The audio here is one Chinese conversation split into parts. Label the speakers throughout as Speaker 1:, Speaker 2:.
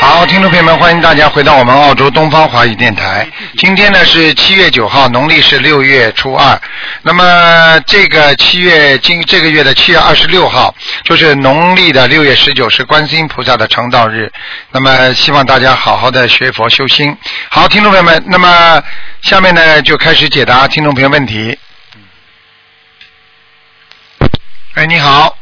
Speaker 1: 好，听众朋友们，欢迎大家回到我们澳洲东方华语电台。今天呢是七月九号，农历是六月初二。那么这个七月今这个月的七月二十六号，就是农历的六月十九，是观世音菩萨的成道日。那么希望大家好好的学佛修心。好，听众朋友们，那么下面呢就开始解答听众朋友问题。哎，你好，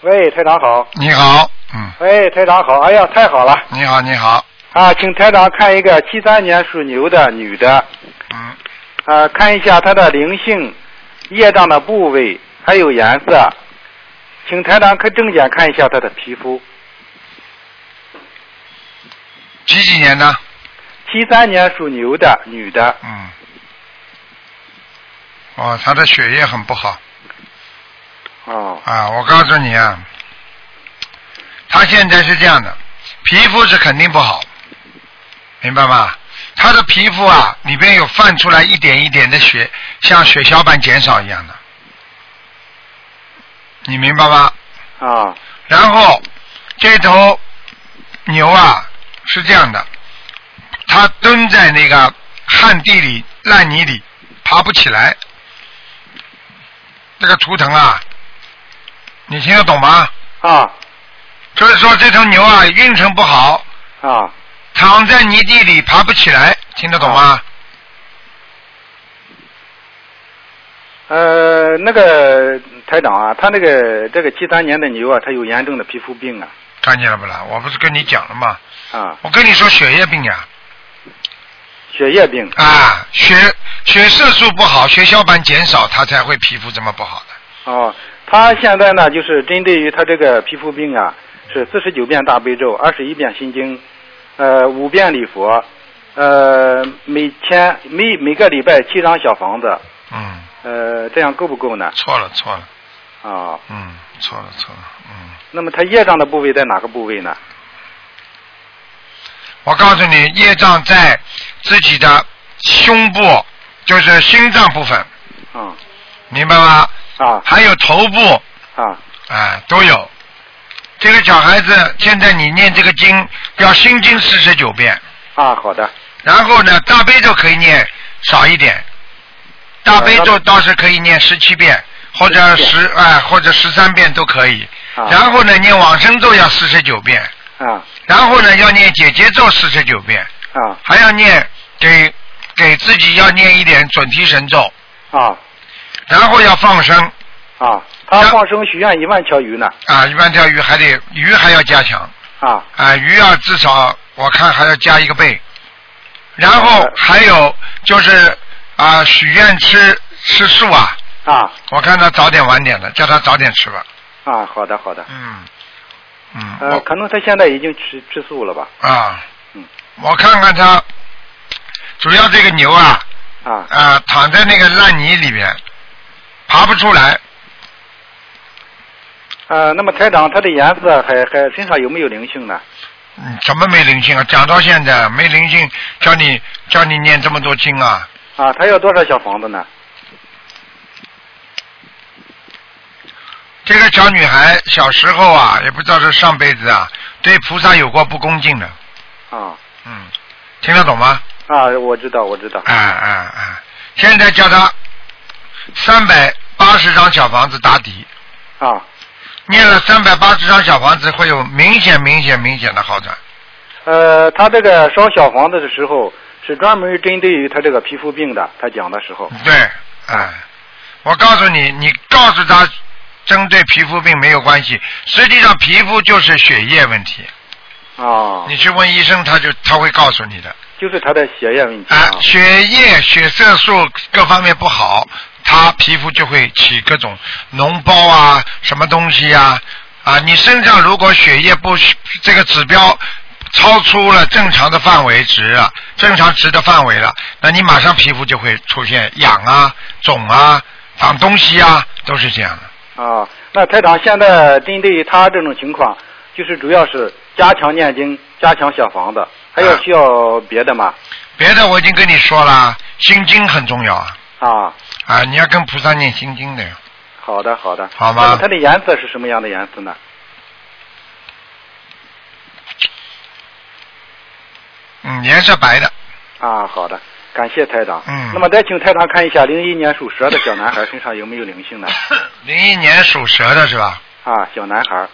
Speaker 2: 喂，台长好。
Speaker 1: 你好，嗯，
Speaker 2: 喂，台长好。哎呀，太好了
Speaker 1: 你好，你好，
Speaker 2: 啊！请台长看一个七三年属牛的女的，
Speaker 1: 嗯，
Speaker 2: 啊，看一下她的灵性、业障的部位还有颜色。请台长看正眼看一下她的皮肤。
Speaker 1: 几几年呢？
Speaker 2: 七三年属牛的女的，
Speaker 1: 嗯，哦，他的血液很不好
Speaker 2: 哦，
Speaker 1: 啊！我告诉你啊，他现在是这样的，皮肤是肯定不好，明白吗？他的皮肤啊，里边有泛出来一点一点的血，像血小板减少一样的，你明白吗？
Speaker 2: 啊，
Speaker 1: 然后这头牛啊是这样的，它蹲在那个旱地里、烂泥里，爬不起来。这个图腾啊，你听得懂吗？
Speaker 2: 啊，
Speaker 1: 就是说这头牛啊运程不好，
Speaker 2: 啊，
Speaker 1: 躺在泥地里爬不起来，听得懂吗？
Speaker 2: 呃，那个台长啊，她那个这个七三年的牛啊，她有严重的皮肤病啊，
Speaker 1: 看见了不啦？我不是跟你讲了吗？
Speaker 2: 啊，
Speaker 1: 我跟你说血液病呀、
Speaker 2: 血液病
Speaker 1: 啊，血血色素不好，血小板减少，它才会皮肤这么不好的。
Speaker 2: 哦，他现在呢，就是针对于他这个皮肤病啊，是四十九遍大悲咒，二十一遍心经，呃，五遍礼佛，呃，每天每每个礼拜七张小房子，
Speaker 1: 嗯，
Speaker 2: 呃，这样够不够呢？
Speaker 1: 错了错了。
Speaker 2: 啊、
Speaker 1: 嗯，错了错了，嗯，
Speaker 2: 那么他业障的部位在哪个部位呢？
Speaker 1: 我告诉你，业障在自己的胸部，就是心脏部分，
Speaker 2: 嗯，
Speaker 1: 明白吗？
Speaker 2: 啊
Speaker 1: 还有头部，
Speaker 2: 啊
Speaker 1: 啊，都有。这个小孩子，现在你念这个经，要心经四十九遍，
Speaker 2: 啊，好的，
Speaker 1: 然后呢，大悲咒可以念少一点，大悲咒倒是可以念十七遍，或者十啊、或者十三遍都可以。
Speaker 2: 啊
Speaker 1: 然后呢，念往生咒要四十九遍，
Speaker 2: 啊
Speaker 1: 然后呢，要念姐姐咒四十九遍。
Speaker 2: 啊
Speaker 1: 还要念给给自己要念一点准提神咒，
Speaker 2: 啊
Speaker 1: 然后要放生
Speaker 2: 啊，他放生许愿一万条鱼呢，
Speaker 1: 啊，一万条鱼还得鱼还要加强
Speaker 2: 啊
Speaker 1: 啊，鱼要至少我看还要加一个倍，然后还有就是啊许愿吃吃素啊，
Speaker 2: 啊
Speaker 1: 我看他早点晚点的，叫他早点吃吧，
Speaker 2: 啊，好的好的，
Speaker 1: 嗯嗯，
Speaker 2: 呃，
Speaker 1: 我
Speaker 2: 可能他现在已经吃吃素了吧？
Speaker 1: 啊
Speaker 2: 嗯，
Speaker 1: 我看看他，主要这个牛啊
Speaker 2: 啊
Speaker 1: 啊躺在那个烂泥里边，爬不出来。
Speaker 2: 呃，那么台长，它的颜色还还身上有没有灵性呢？
Speaker 1: 嗯，怎么没灵性啊？讲到现在没灵性，叫你叫你念这么多经啊？
Speaker 2: 啊，它要多少小房子呢？
Speaker 1: 这个小女孩小时候啊，也不知道是上辈子啊，对菩萨有过不恭敬的，
Speaker 2: 啊
Speaker 1: 嗯，听得懂吗？
Speaker 2: 啊，我知道，我知道。
Speaker 1: 哎哎哎，现在叫她三百八十张小房子打底，
Speaker 2: 啊，
Speaker 1: 念了三百八十张小房子，会有明显明显明显的好转。
Speaker 2: 呃，他这个烧小房子的时候是专门针对于他这个皮肤病的，他讲的时候。
Speaker 1: 对，哎，我告诉你，你告诉她，针对皮肤病没有关系，实际上皮肤就是血液问题。
Speaker 2: 啊，
Speaker 1: 你去问医生，他就他会告诉你的。
Speaker 2: 就是他的血液问题
Speaker 1: 啊
Speaker 2: 啊，。
Speaker 1: 血液、血色素各方面不好，他皮肤就会起各种脓包啊，什么东西啊啊！你身上如果血液不这个指标超出了正常的范围值了，正常值的范围了，那你马上皮肤就会出现痒啊、肿啊、长东西啊，都是这样的。
Speaker 2: 啊，那台长现在针对于他这种情况，就是主要是加强念经，加强小房子，还有
Speaker 1: 啊
Speaker 2: 需要别的吗？
Speaker 1: 别的我已经跟你说了，心经很重要啊
Speaker 2: 啊，
Speaker 1: 啊！你要跟菩萨念心经的呀。
Speaker 2: 好的好的。
Speaker 1: 好吧
Speaker 2: 那么它的颜色是什么样的颜色呢？
Speaker 1: 嗯，颜色白的，
Speaker 2: 啊，好的，感谢台长。
Speaker 1: 嗯
Speaker 2: 那么再请台长看一下零一年属蛇的小男 孩身上有没有灵性呢？
Speaker 1: 零一年属蛇的是吧？
Speaker 2: 啊，小男孩，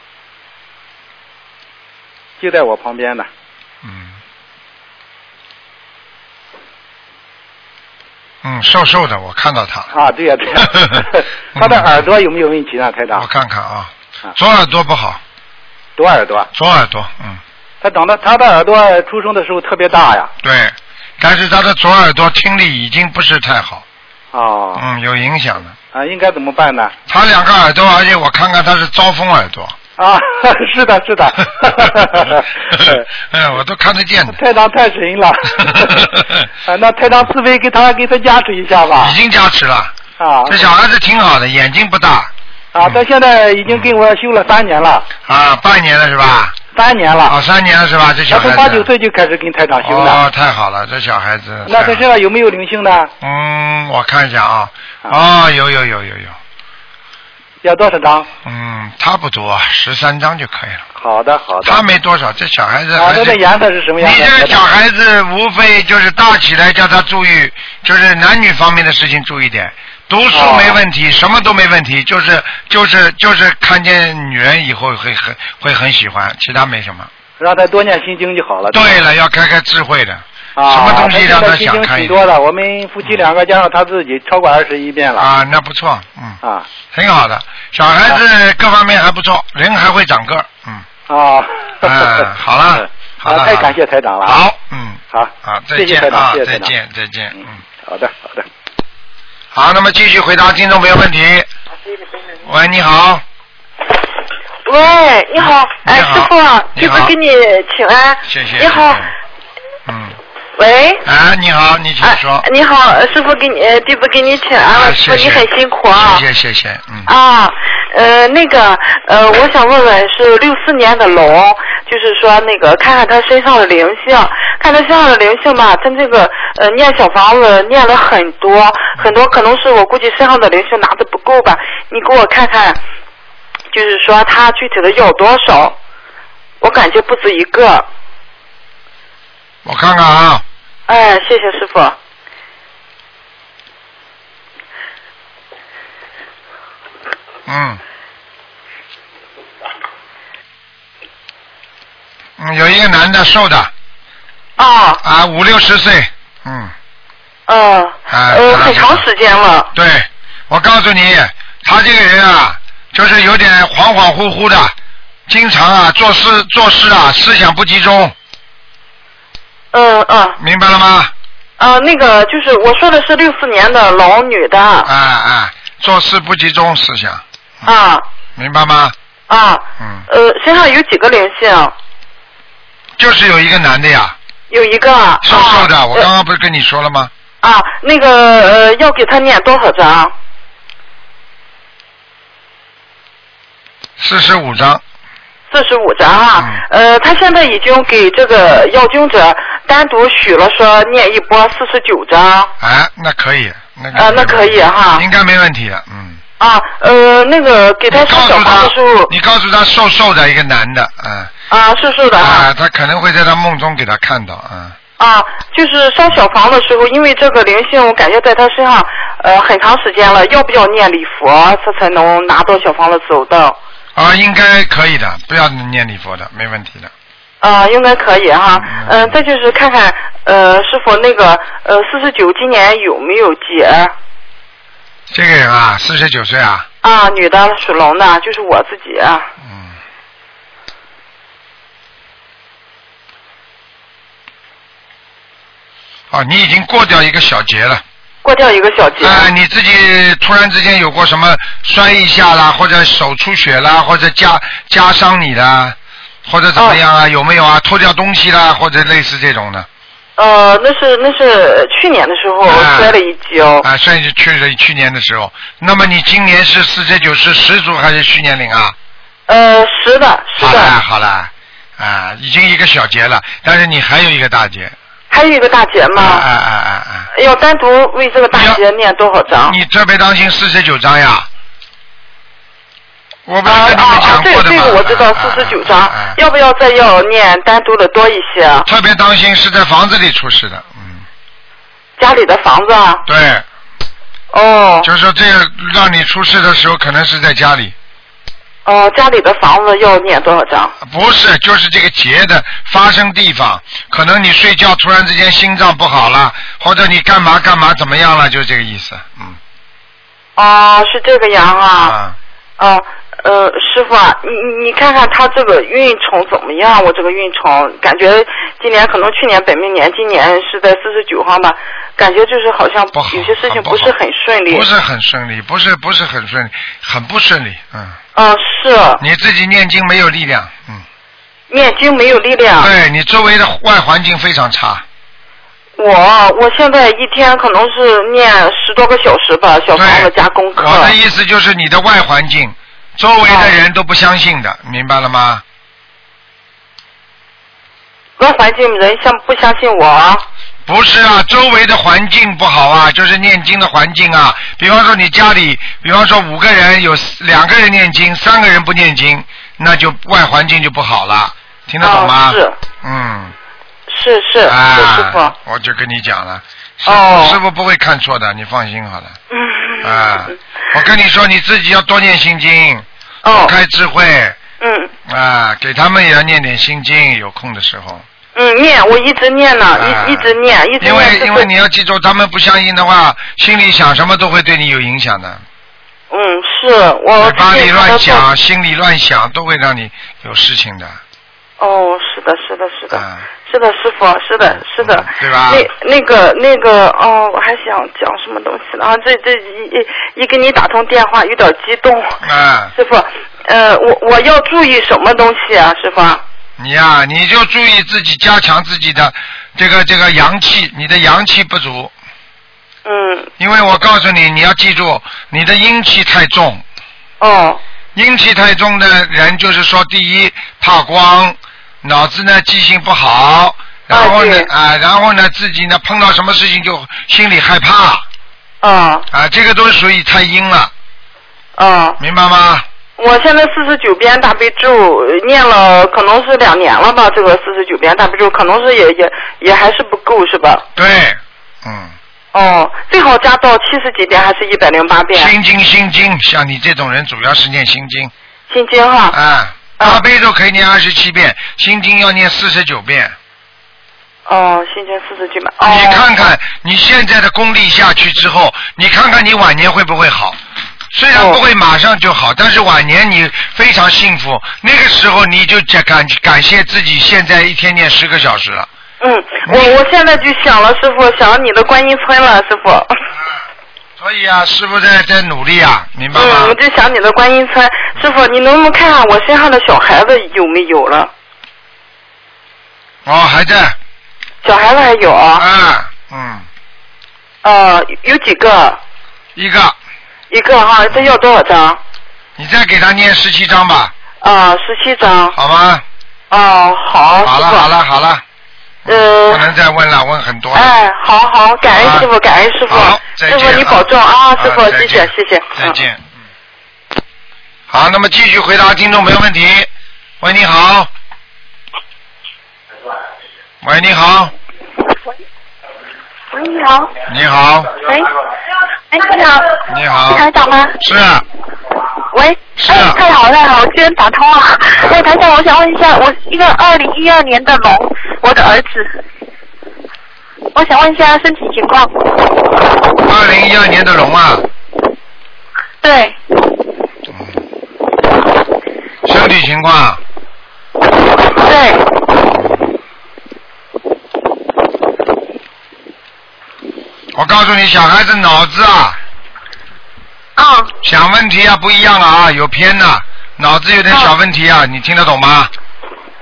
Speaker 2: 就在我旁边呢。
Speaker 1: 嗯，嗯，瘦瘦的，我看到他了，
Speaker 2: 啊，对呀、对 呀、他的耳朵有没有问题呢，台
Speaker 1: 我
Speaker 2: 长？
Speaker 1: 看看啊
Speaker 2: 啊，
Speaker 1: 左耳朵不好，
Speaker 2: 左耳朵，啊
Speaker 1: 左耳朵，嗯，
Speaker 2: 他长得他的耳朵出生的时候特别大呀。
Speaker 1: 对，但是他的左耳朵听力已经不是太好，
Speaker 2: 哦，
Speaker 1: 嗯，有影响的。
Speaker 2: 啊，应该怎么办呢？
Speaker 1: 他两个耳朵，而且我看看他是招风耳朵。
Speaker 2: 啊， 是的，是 的。
Speaker 1: 哎，我都看得见的，
Speaker 2: 台长太 神了，啊，那台长慈悲给他给他加持一下吧
Speaker 1: 已。经加持了。
Speaker 2: 啊
Speaker 1: 这小孩子挺好的，眼睛不大嗯
Speaker 2: 啊，他现在已经跟我修了三年了，
Speaker 1: 啊，半年了是吧？
Speaker 2: 三年
Speaker 1: 啊，
Speaker 2: 了。
Speaker 1: 三年了是吧？这
Speaker 2: 他
Speaker 1: 小孩
Speaker 2: 从
Speaker 1: 子。
Speaker 2: 八九岁就开始跟台长修
Speaker 1: 哦
Speaker 2: 了。，
Speaker 1: 太好了，这小孩子。
Speaker 2: 那他身上有没有灵性呢？
Speaker 1: 嗯，我看一下啊。哦，有有有有有，
Speaker 2: 要多少张？
Speaker 1: 嗯，差不多十三张就可以了。
Speaker 2: 好的，好的。
Speaker 1: 他没多少，这小孩子
Speaker 2: 啊，
Speaker 1: 还
Speaker 2: 他
Speaker 1: 是
Speaker 2: 的颜色是什么
Speaker 1: 你
Speaker 2: 样的？
Speaker 1: 这小孩子无非就是大起来叫他注意，就是男女方面的事情注意点。读书没问
Speaker 2: 哦
Speaker 1: 题，什么都没问题，就是就是就是看见女人以后会很会很喜欢，其他没什么。
Speaker 2: 让他多念心经就好了。
Speaker 1: 对了，要开开智慧的，
Speaker 2: 啊，
Speaker 1: 什么东西让
Speaker 2: 他
Speaker 1: 想
Speaker 2: 现在心经
Speaker 1: 开一点
Speaker 2: 挺多的，我们夫妻两个加上他自己超过二十一遍了。
Speaker 1: 啊，那不错，嗯，
Speaker 2: 啊
Speaker 1: 挺好的，小孩子各方面还不错，人还会长个儿，嗯，
Speaker 2: 啊！，
Speaker 1: 嗯，好了好了，
Speaker 2: 啊
Speaker 1: 好
Speaker 2: 太
Speaker 1: 了
Speaker 2: 感谢台长了啊
Speaker 1: 好，嗯，
Speaker 2: 好，
Speaker 1: 好，再
Speaker 2: 谢谢
Speaker 1: 见
Speaker 2: 台长，
Speaker 1: 啊
Speaker 2: 谢，谢
Speaker 1: 再
Speaker 2: 台长。
Speaker 1: 见，再见，嗯
Speaker 2: 嗯。，好的，好的。
Speaker 1: 好，那么继续回答听众朋友问题。喂，你好，
Speaker 3: 喂，你好，
Speaker 1: 嗯
Speaker 3: 哎，
Speaker 1: 你好
Speaker 3: 师傅啊，
Speaker 1: 你
Speaker 3: 弟
Speaker 1: 好
Speaker 3: 子给你请安。
Speaker 1: 谢谢。
Speaker 3: 你好
Speaker 1: 谢，谢。嗯，
Speaker 3: 喂。
Speaker 1: 啊，你好，你请
Speaker 3: 哎
Speaker 1: 说。，
Speaker 3: 你好，师傅给你，呃弟子给你请安
Speaker 1: 啊
Speaker 3: 了，师
Speaker 1: 谢
Speaker 3: 傅
Speaker 1: 谢
Speaker 3: 你很辛苦啊。
Speaker 1: 谢谢谢谢，嗯。
Speaker 3: 啊，呃，那个，呃，我想问问是六四年的龙，就是说那个看看他身上的灵性，看他身上的灵性吧，他这个呃念小房子念了很多很多，可能是我估计身上的灵性拿的不够吧，你给我看看，就是说他具体的有多少，我感觉不止一个，
Speaker 1: 我看看啊，
Speaker 3: 哎，谢谢师傅，
Speaker 1: 嗯。嗯，有一个男的，瘦的，
Speaker 3: 啊，
Speaker 1: 啊，五六十岁，嗯，
Speaker 3: 嗯、
Speaker 1: 哎
Speaker 3: 呃，
Speaker 1: 看到
Speaker 3: 很
Speaker 1: 这个
Speaker 3: 长时间了，
Speaker 1: 对，我告诉你，他这个人啊，就是有点恍恍惚惚的，经常啊做事做事啊思想不集中，
Speaker 3: 嗯嗯。
Speaker 1: 明白了吗？
Speaker 3: 呃，那个就是我说的是六四年的龙女的
Speaker 1: 啊啊，做事不集中思想，
Speaker 3: 啊
Speaker 1: 明白吗？
Speaker 3: 啊，
Speaker 1: 嗯，
Speaker 3: 呃，身上有几个灵性？
Speaker 1: 就是有一个男的呀，
Speaker 3: 有一个啊，
Speaker 1: 瘦瘦的，
Speaker 3: 啊
Speaker 1: 我刚刚不是跟你说了吗？
Speaker 3: 呃啊，那个呃，要给他念多少章？
Speaker 1: 四十五张，
Speaker 3: 四十五章啊
Speaker 1: 嗯。
Speaker 3: 呃，他现在已经给这个要经者单独许了，说念一波四十九章
Speaker 1: 哎，那可以，那个
Speaker 3: 啊那
Speaker 1: 没问题
Speaker 3: 可以哈
Speaker 1: 应该没问题的，嗯。
Speaker 3: 啊。呃，那个给他
Speaker 1: 你
Speaker 3: 烧
Speaker 1: 告
Speaker 3: 小
Speaker 1: 诉
Speaker 3: 房
Speaker 1: 他
Speaker 3: 的时候，
Speaker 1: 你告诉他瘦瘦的一个男的，嗯，
Speaker 3: 啊，瘦瘦的哈
Speaker 1: 啊，他可能会在他梦中给他看到，嗯，
Speaker 3: 啊，就是烧小房的时候，因为这个灵性，我感觉在他身上，呃，很长时间了，要不要念礼佛，这才能拿到小房子走到？
Speaker 1: 啊，应该可以的，不要念礼佛的，没问题的，
Speaker 3: 啊，应该可以哈。
Speaker 1: 嗯
Speaker 3: 嗯、再就是看看，呃，师傅那个，呃，四十九今年有没有结？
Speaker 1: 这个人啊，四十九岁啊，
Speaker 3: 啊，女的属龙的，就是我自己。啊
Speaker 1: 嗯，哦，你已经过掉一个小节了。
Speaker 3: 过掉一个小节。
Speaker 1: 啊、你自己突然之间有过什么摔一下啦，或者手出血啦，或者夹夹伤你啦，或者怎么样啊？有没有啊？脱掉东西啦，或者类似这种的？
Speaker 3: 呃，那是那是去年的时候
Speaker 1: 啊
Speaker 3: 摔了一跤，
Speaker 1: 啊，甚至去了去年的时候。那么你今年是四十九是十足还是虚年龄啊？
Speaker 3: 呃，是的，是
Speaker 1: 好
Speaker 3: 的，
Speaker 1: 啦好啦，啊，已经一个小节了，但是你还有一个大节。
Speaker 3: 还有一个大节
Speaker 1: 啊
Speaker 3: 嘛。
Speaker 1: 啊啊啊！啊
Speaker 3: 要单独为这个大节念多少章？
Speaker 1: 你特别当心四十九章呀，我不
Speaker 3: 啊
Speaker 1: 是跟你
Speaker 3: 啊
Speaker 1: 们
Speaker 3: 啊
Speaker 1: 讲！
Speaker 3: 对
Speaker 1: 过，的
Speaker 3: 这
Speaker 1: 吗？
Speaker 3: 个我知道，
Speaker 1: 啊
Speaker 3: 四十九
Speaker 1: 啊
Speaker 3: 章
Speaker 1: 啊，
Speaker 3: 要不要再要念单独的多一些？
Speaker 1: 特别当心是在房子里出事的，嗯，
Speaker 3: 家里的房子啊？
Speaker 1: 对，
Speaker 3: 哦
Speaker 1: 就是说这个让你出事的时候，可能是在家里，
Speaker 3: 哦，家里的房子要念多少章？
Speaker 1: 不是，就是这个劫的发生地方，可能你睡觉突然之间心脏不好了，或者你干嘛干嘛怎么样了，就是这个意思，嗯，
Speaker 3: 啊，是这个样啊。
Speaker 1: 啊，
Speaker 3: 哦、呃，师傅啊，你你你看看他这个运程怎么样？我这个运程感觉今年可能去年本命年，今年是在四十九号嘛，感觉就是好像
Speaker 1: 不好
Speaker 3: 有些事情
Speaker 1: 很不
Speaker 3: 不是
Speaker 1: 好
Speaker 3: 很顺利。
Speaker 1: 不是很顺利，不是不是很顺利，很不顺利，嗯，
Speaker 3: 嗯、是
Speaker 1: 你自己念经没有力量，嗯，
Speaker 3: 念经没有力量。
Speaker 1: 对你周围的外环境非常差，
Speaker 3: 我我现在一天可能是念十多个小时吧，小房子
Speaker 1: 对，
Speaker 3: 加功课。啊
Speaker 1: 我的意思就是你的外环境，周围的人都不相信的，明白了吗？
Speaker 3: 那环境人相不相信我啊？
Speaker 1: 不是啊，周围的环境不好啊，就是念经的环境啊。比方说你家里，比方说五个人有四两个人念经，三个人不念经，那就外环境就不好了，听得懂吗？
Speaker 3: 啊是
Speaker 1: 嗯，
Speaker 3: 是是、
Speaker 1: 啊，
Speaker 3: 是师傅。
Speaker 1: 我就跟你讲了，师
Speaker 3: 哦
Speaker 1: 师傅不会看错的，你放心好了。
Speaker 3: 嗯。
Speaker 1: 啊，我跟你说，你自己要多念心经，
Speaker 3: 哦，
Speaker 1: 开智慧
Speaker 3: 嗯
Speaker 1: 啊，给他们也要念点心经，有空的时候。
Speaker 3: 嗯，念我一直念呢，
Speaker 1: 啊
Speaker 3: 一一直念，一直
Speaker 1: 因为
Speaker 3: 念。
Speaker 1: 因为你要记住，他们不相信的话，心里想什么都会对你有影响的。
Speaker 3: 嗯，是我
Speaker 1: 嘴巴
Speaker 3: 最
Speaker 1: 里
Speaker 3: 近
Speaker 1: 乱
Speaker 3: 看到
Speaker 1: 讲，心里乱想，都会让你有事情的。
Speaker 3: 做。哦，是的，是的，是的。
Speaker 1: 啊，嗯
Speaker 3: 是的，师傅，是的，是的，
Speaker 1: 对吧
Speaker 3: 那那个那个，哦，我还想讲什么东西呢？啊，这这一一一给你打通电话，有点激动。
Speaker 1: 啊，
Speaker 3: 师傅，呃，我我要注意什么东西啊，师傅？
Speaker 1: 你呀、你就注意自己，加强自己的这个这个阳气，你的阳气不足。
Speaker 3: 嗯，
Speaker 1: 因为我告诉你，你要记住，你的阴气太重，
Speaker 3: 哦，
Speaker 1: 阴气太重的人，就是说，第一怕光，脑子呢记性不好，然后呢
Speaker 3: 对
Speaker 1: 啊、然后呢自己呢碰到什么事情就心里害怕啊、
Speaker 3: 啊
Speaker 1: 这个都属于太阴了，
Speaker 3: 啊！
Speaker 1: 明白吗？
Speaker 3: 我现在四十九遍大悲咒呃念了，可能是两年了吧。这个四十九遍大悲咒，可能是也也也还是不够，是吧？
Speaker 1: 对，嗯，
Speaker 3: 哦，最好加到七十几遍，还是一百零八遍？
Speaker 1: 心经心经，像你这种人主要是念心经
Speaker 3: 心经哈。
Speaker 1: 啊，
Speaker 3: 啊
Speaker 1: 大悲咒可以念二十七遍，心经要念四十九遍。
Speaker 3: 哦，心经四十九遍。哦。
Speaker 1: 你看看你现在的功力下去之后，你看看你晚年会不会好？虽然
Speaker 3: 哦
Speaker 1: 不会马上就好，但是晚年你非常幸福，那个时候你就感感感谢自己现在一天念十个小时了。
Speaker 3: 嗯，我我现在就想了，师傅，想你的观音村了，师傅。
Speaker 1: 所以啊，师傅在在努力啊，明白
Speaker 3: 嗯，
Speaker 1: 吗
Speaker 3: 我？就想你的观音村，师傅，你能不能看看我身上的小孩子有没有了？
Speaker 1: 哦，还在
Speaker 3: 小孩子还有啊？
Speaker 1: 啊，嗯，啊
Speaker 3: 呃，有几个？
Speaker 1: 一个，
Speaker 3: 一个哈，这要多少张？
Speaker 1: 你再给他念十七章吧，
Speaker 3: 啊、1十七张。
Speaker 1: 好吗？
Speaker 3: 哦、好，
Speaker 1: 好了，
Speaker 3: 师傅。
Speaker 1: 好了，好了，不
Speaker 4: 哎
Speaker 1: 能
Speaker 3: 呃，
Speaker 1: 再问了，问很多了。
Speaker 3: 哎，好好，感
Speaker 1: 好
Speaker 3: 恩
Speaker 1: 吧
Speaker 3: 师傅，感恩师傅
Speaker 1: 好，，再
Speaker 3: 师
Speaker 1: 见
Speaker 3: 傅你保重啊，师傅，
Speaker 1: 再
Speaker 3: 谢谢
Speaker 1: 见
Speaker 3: 谢谢，
Speaker 1: 再
Speaker 3: 嗯。
Speaker 1: 见。嗯好，那么继续回答听众朋友问题。喂，你好。喂，你好，
Speaker 5: 喂，你好。
Speaker 1: 你好，
Speaker 5: 喂，哎，你好。
Speaker 1: 你好
Speaker 5: 是台长吗？
Speaker 1: 是啊，
Speaker 5: 喂，
Speaker 1: 是
Speaker 5: 哎
Speaker 1: 啊，
Speaker 5: 太好了，太好了，居然打通了。喂，台长，我想问一下，我一个二零一二年的龙，我的儿子，我想问一下身体情况。
Speaker 1: 二零一二年的龙啊，
Speaker 5: 对，
Speaker 1: 身体情况，
Speaker 5: 对，
Speaker 1: 我告诉你，小孩子脑子啊，
Speaker 5: 啊、
Speaker 1: 想问题啊不一样了啊，有偏呐、脑子有点小问题啊，你听得懂吗？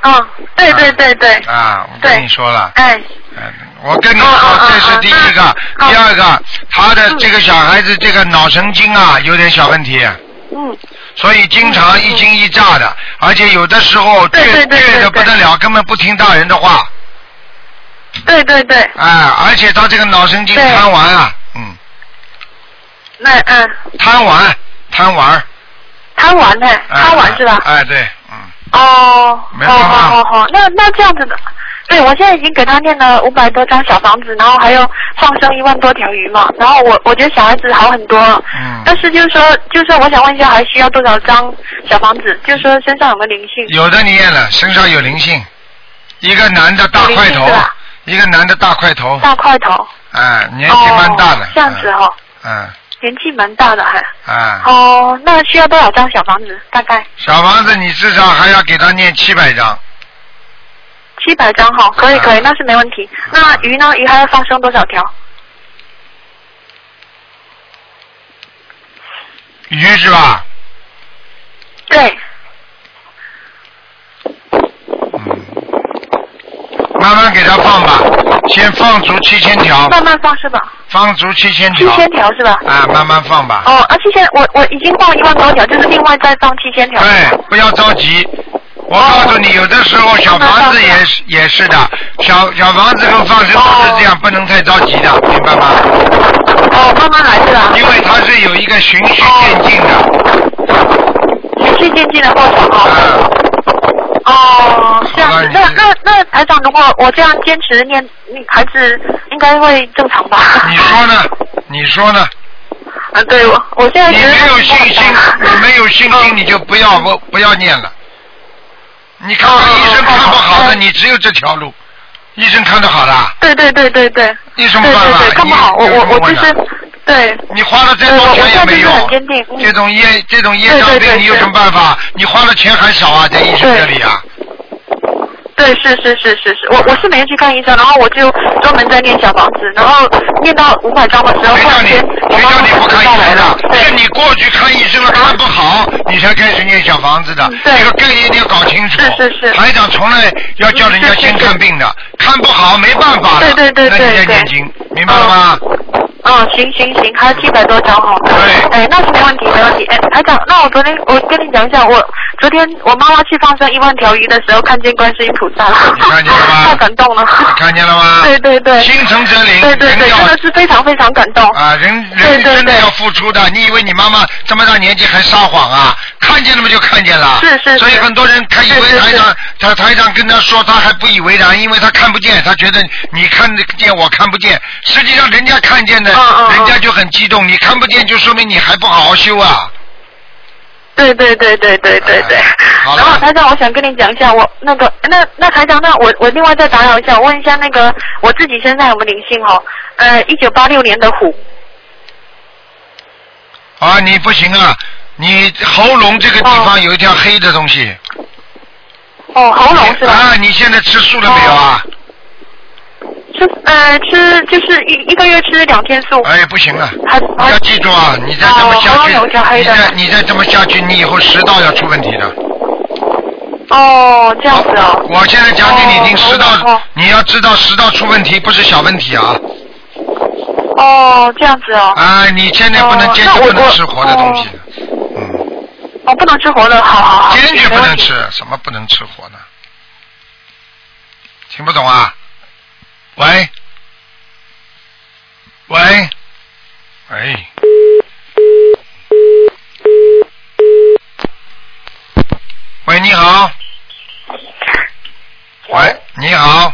Speaker 5: 啊、对对对对，
Speaker 1: 啊，我跟你说了。
Speaker 5: 哎，
Speaker 1: 嗯，我跟你
Speaker 5: 哦
Speaker 1: 说
Speaker 5: 哦，哦嗯
Speaker 1: 这是第一个
Speaker 5: 哦，哦
Speaker 1: 第二个，他的这个小孩子这个脑神经啊有点小问题，
Speaker 5: 嗯，
Speaker 1: 所以经常一惊一乍的，而且有的时候
Speaker 5: 对
Speaker 1: 倔
Speaker 5: 对对
Speaker 1: 倔
Speaker 5: 对
Speaker 1: 的不得了，根本不听大人的话，
Speaker 5: 对对对，
Speaker 1: 哎，而且他这个脑神经
Speaker 5: 对
Speaker 1: 贪玩啊，嗯，
Speaker 5: 那嗯，
Speaker 1: 贪玩，贪玩，
Speaker 5: 贪玩呢？贪玩是吧？
Speaker 1: 哎，对，嗯，
Speaker 5: 哦，
Speaker 1: 没
Speaker 5: 好
Speaker 1: 办法
Speaker 5: 好好好，那那这样子的，对我现在已经给他念了五百多张小房子，然后还有放生一万多条鱼嘛，然后我我觉得小孩子好很多了，
Speaker 1: 嗯
Speaker 5: 但是就是说就是说我想问一下，还需要多少张小房子？就是说身上有没有灵性？
Speaker 1: 有的你念了，身上有灵性，一个男的大块
Speaker 5: 有灵性
Speaker 1: 头
Speaker 5: 是吧，
Speaker 1: 一个男的大块头，
Speaker 5: 大块头，
Speaker 1: 哎，年纪
Speaker 5: 哦
Speaker 1: 蛮大的，
Speaker 5: 这样子哈、哦，
Speaker 1: 嗯，
Speaker 5: 年纪蛮大的还，
Speaker 1: 嗯，啊，
Speaker 5: 哦，那需要多少张小房子？大概
Speaker 1: 小房子你至少还要给他念七百张，
Speaker 5: 七百张哈，可以
Speaker 1: 啊
Speaker 5: 可以，那是没问题。那鱼呢？鱼还要放生多少条？
Speaker 1: 鱼是吧？
Speaker 5: 对，
Speaker 1: 嗯，慢慢给他放吧，先放足七千条，
Speaker 5: 慢慢放是吧？
Speaker 1: 放足七千
Speaker 5: 七
Speaker 1: 条，
Speaker 5: 千条是吧？
Speaker 1: 啊，慢慢放吧。
Speaker 5: 哦，啊，七千，我我已经放一万多条，就是另外再放七千条。
Speaker 1: 对，不要着急。我
Speaker 5: 哦
Speaker 1: 告诉你，有的时候小房子也是也是的，小小房子跟放生都是这样，不能太着急的，明白吗？
Speaker 5: 哦，慢慢来是吧？
Speaker 1: 因为它是有一个循序渐进的。
Speaker 5: 循序渐进的过程
Speaker 1: 啊
Speaker 5: 哦。，哦，这样
Speaker 1: 好了
Speaker 5: 子，
Speaker 1: 你
Speaker 5: 那
Speaker 1: 是
Speaker 5: 那那台长，如果我这样坚持念，你孩子应该会正常吧？
Speaker 1: 啊 你说呢？你说呢？
Speaker 5: 啊，对我我现在
Speaker 1: 你
Speaker 5: 觉得
Speaker 1: 没有信心，你没有信心，
Speaker 5: 嗯
Speaker 1: 你就不要不不要念了。你看看医生看不好的，
Speaker 5: 嗯
Speaker 1: 你只有这条路。医生看得好的，
Speaker 5: 对对对对对，
Speaker 1: 你有什
Speaker 5: 对
Speaker 1: 么办
Speaker 5: 对
Speaker 1: 法
Speaker 5: 对，？看不好，
Speaker 1: 你
Speaker 5: 我
Speaker 1: 有什
Speaker 5: 我
Speaker 1: 么
Speaker 5: 我
Speaker 1: 问
Speaker 5: 就
Speaker 1: 的
Speaker 5: 是对
Speaker 1: 你花了再多钱也没
Speaker 5: 对我现在就是很
Speaker 1: 用
Speaker 5: 坚定，嗯
Speaker 1: 这种业这种业障
Speaker 5: 对对对
Speaker 1: 病你有什么办法？你花的钱还少啊，在医生这里啊，
Speaker 5: 对是是是是是，我我是每天去看医生，然后我就专门在念小房子，然后念到五百张的时候，
Speaker 1: 谁
Speaker 5: 突
Speaker 1: 叫
Speaker 5: 然
Speaker 1: 你
Speaker 5: 间我
Speaker 1: 谁
Speaker 5: 妈
Speaker 1: 叫你不
Speaker 5: 妈
Speaker 1: 看医
Speaker 5: 下来
Speaker 1: 生
Speaker 5: 了，
Speaker 1: 的？是
Speaker 5: 对。
Speaker 1: 你过去看医生了看不好，你才开始念小房子的
Speaker 5: 嗯，对
Speaker 1: 这个概念你要搞清楚。
Speaker 5: 是是是
Speaker 1: 台长从来要叫人家
Speaker 5: 嗯是是
Speaker 1: 先看病的，看不好没办法了，
Speaker 5: 对对对对
Speaker 1: 那你再
Speaker 5: 对
Speaker 1: 念经，明白了吗？
Speaker 5: 哦，行行行，还有七百多张哈。
Speaker 1: 对
Speaker 5: 哎，那是没问题，没问题。哎，台长，那我昨天我跟你讲一下，我昨天我妈妈去放生一万条鱼的时候，看见观世音菩萨了。
Speaker 1: 你看见了吗
Speaker 5: 太感动了。
Speaker 1: 你看见了吗？
Speaker 5: 对对对。
Speaker 1: 心诚则灵，
Speaker 5: 对对
Speaker 1: 人
Speaker 5: 对，
Speaker 1: 要
Speaker 5: 真的是非常非常感动。
Speaker 1: 啊，人
Speaker 5: 对
Speaker 1: 人
Speaker 5: 对
Speaker 1: 真的
Speaker 5: 对
Speaker 1: 要付出的。你以为你妈妈这么大年纪还撒谎啊？看见了嘛就看见了。
Speaker 5: 是是是
Speaker 1: 所以很多人他以
Speaker 5: 对
Speaker 1: 为
Speaker 5: 对
Speaker 1: 台
Speaker 5: 对
Speaker 1: 长，他台长跟他说，他还不以为然，因为他看不见，他觉得你看得见我看不见。实际上人家看见的
Speaker 5: 嗯嗯，嗯
Speaker 1: 人家就很激动。你看不见就说明你还不好好修啊。
Speaker 5: 对对对对对对对
Speaker 1: 哎。好了
Speaker 5: 然后台长，我想跟你讲一下，我那个那那台长，那我我另外再打扰一下，我问一下那个我自己身上有没有灵性哦？呃，一九八六年的虎。
Speaker 1: 啊，你不行啊，你喉咙这个地方
Speaker 5: 哦
Speaker 1: 有一条黑的东西。
Speaker 5: 哦，喉咙是吧？
Speaker 1: 啊，你现在吃素了没有啊？
Speaker 5: 吃呃吃就是一一个月吃两天素，
Speaker 1: 哎，不行了。
Speaker 5: 还
Speaker 1: 你
Speaker 5: 还
Speaker 1: 要记住啊！你再这么下
Speaker 5: 哦
Speaker 1: 去，
Speaker 5: 我有条黑
Speaker 1: 你
Speaker 5: 的
Speaker 1: 再你再这么下去，你以后食道要出问题的。
Speaker 5: 哦这样子哦，
Speaker 1: 我现在讲给你听，
Speaker 5: 哦
Speaker 1: 食道
Speaker 5: 哦
Speaker 1: 你要知道，食道出问题不是小问题啊！
Speaker 5: 哦这样子哦，
Speaker 1: 啊，你现在不能
Speaker 5: 哦
Speaker 1: 坚
Speaker 5: 那
Speaker 1: 决
Speaker 5: 我
Speaker 1: 不能
Speaker 5: 我
Speaker 1: 吃活的东西，啊嗯
Speaker 5: 哦不能吃活的，好好好，
Speaker 1: 坚决不
Speaker 5: 没
Speaker 1: 能
Speaker 5: 问题
Speaker 1: 吃，什么不能吃活的？听不懂啊？喂，喂，哎喂。喂，你好。喂，你好，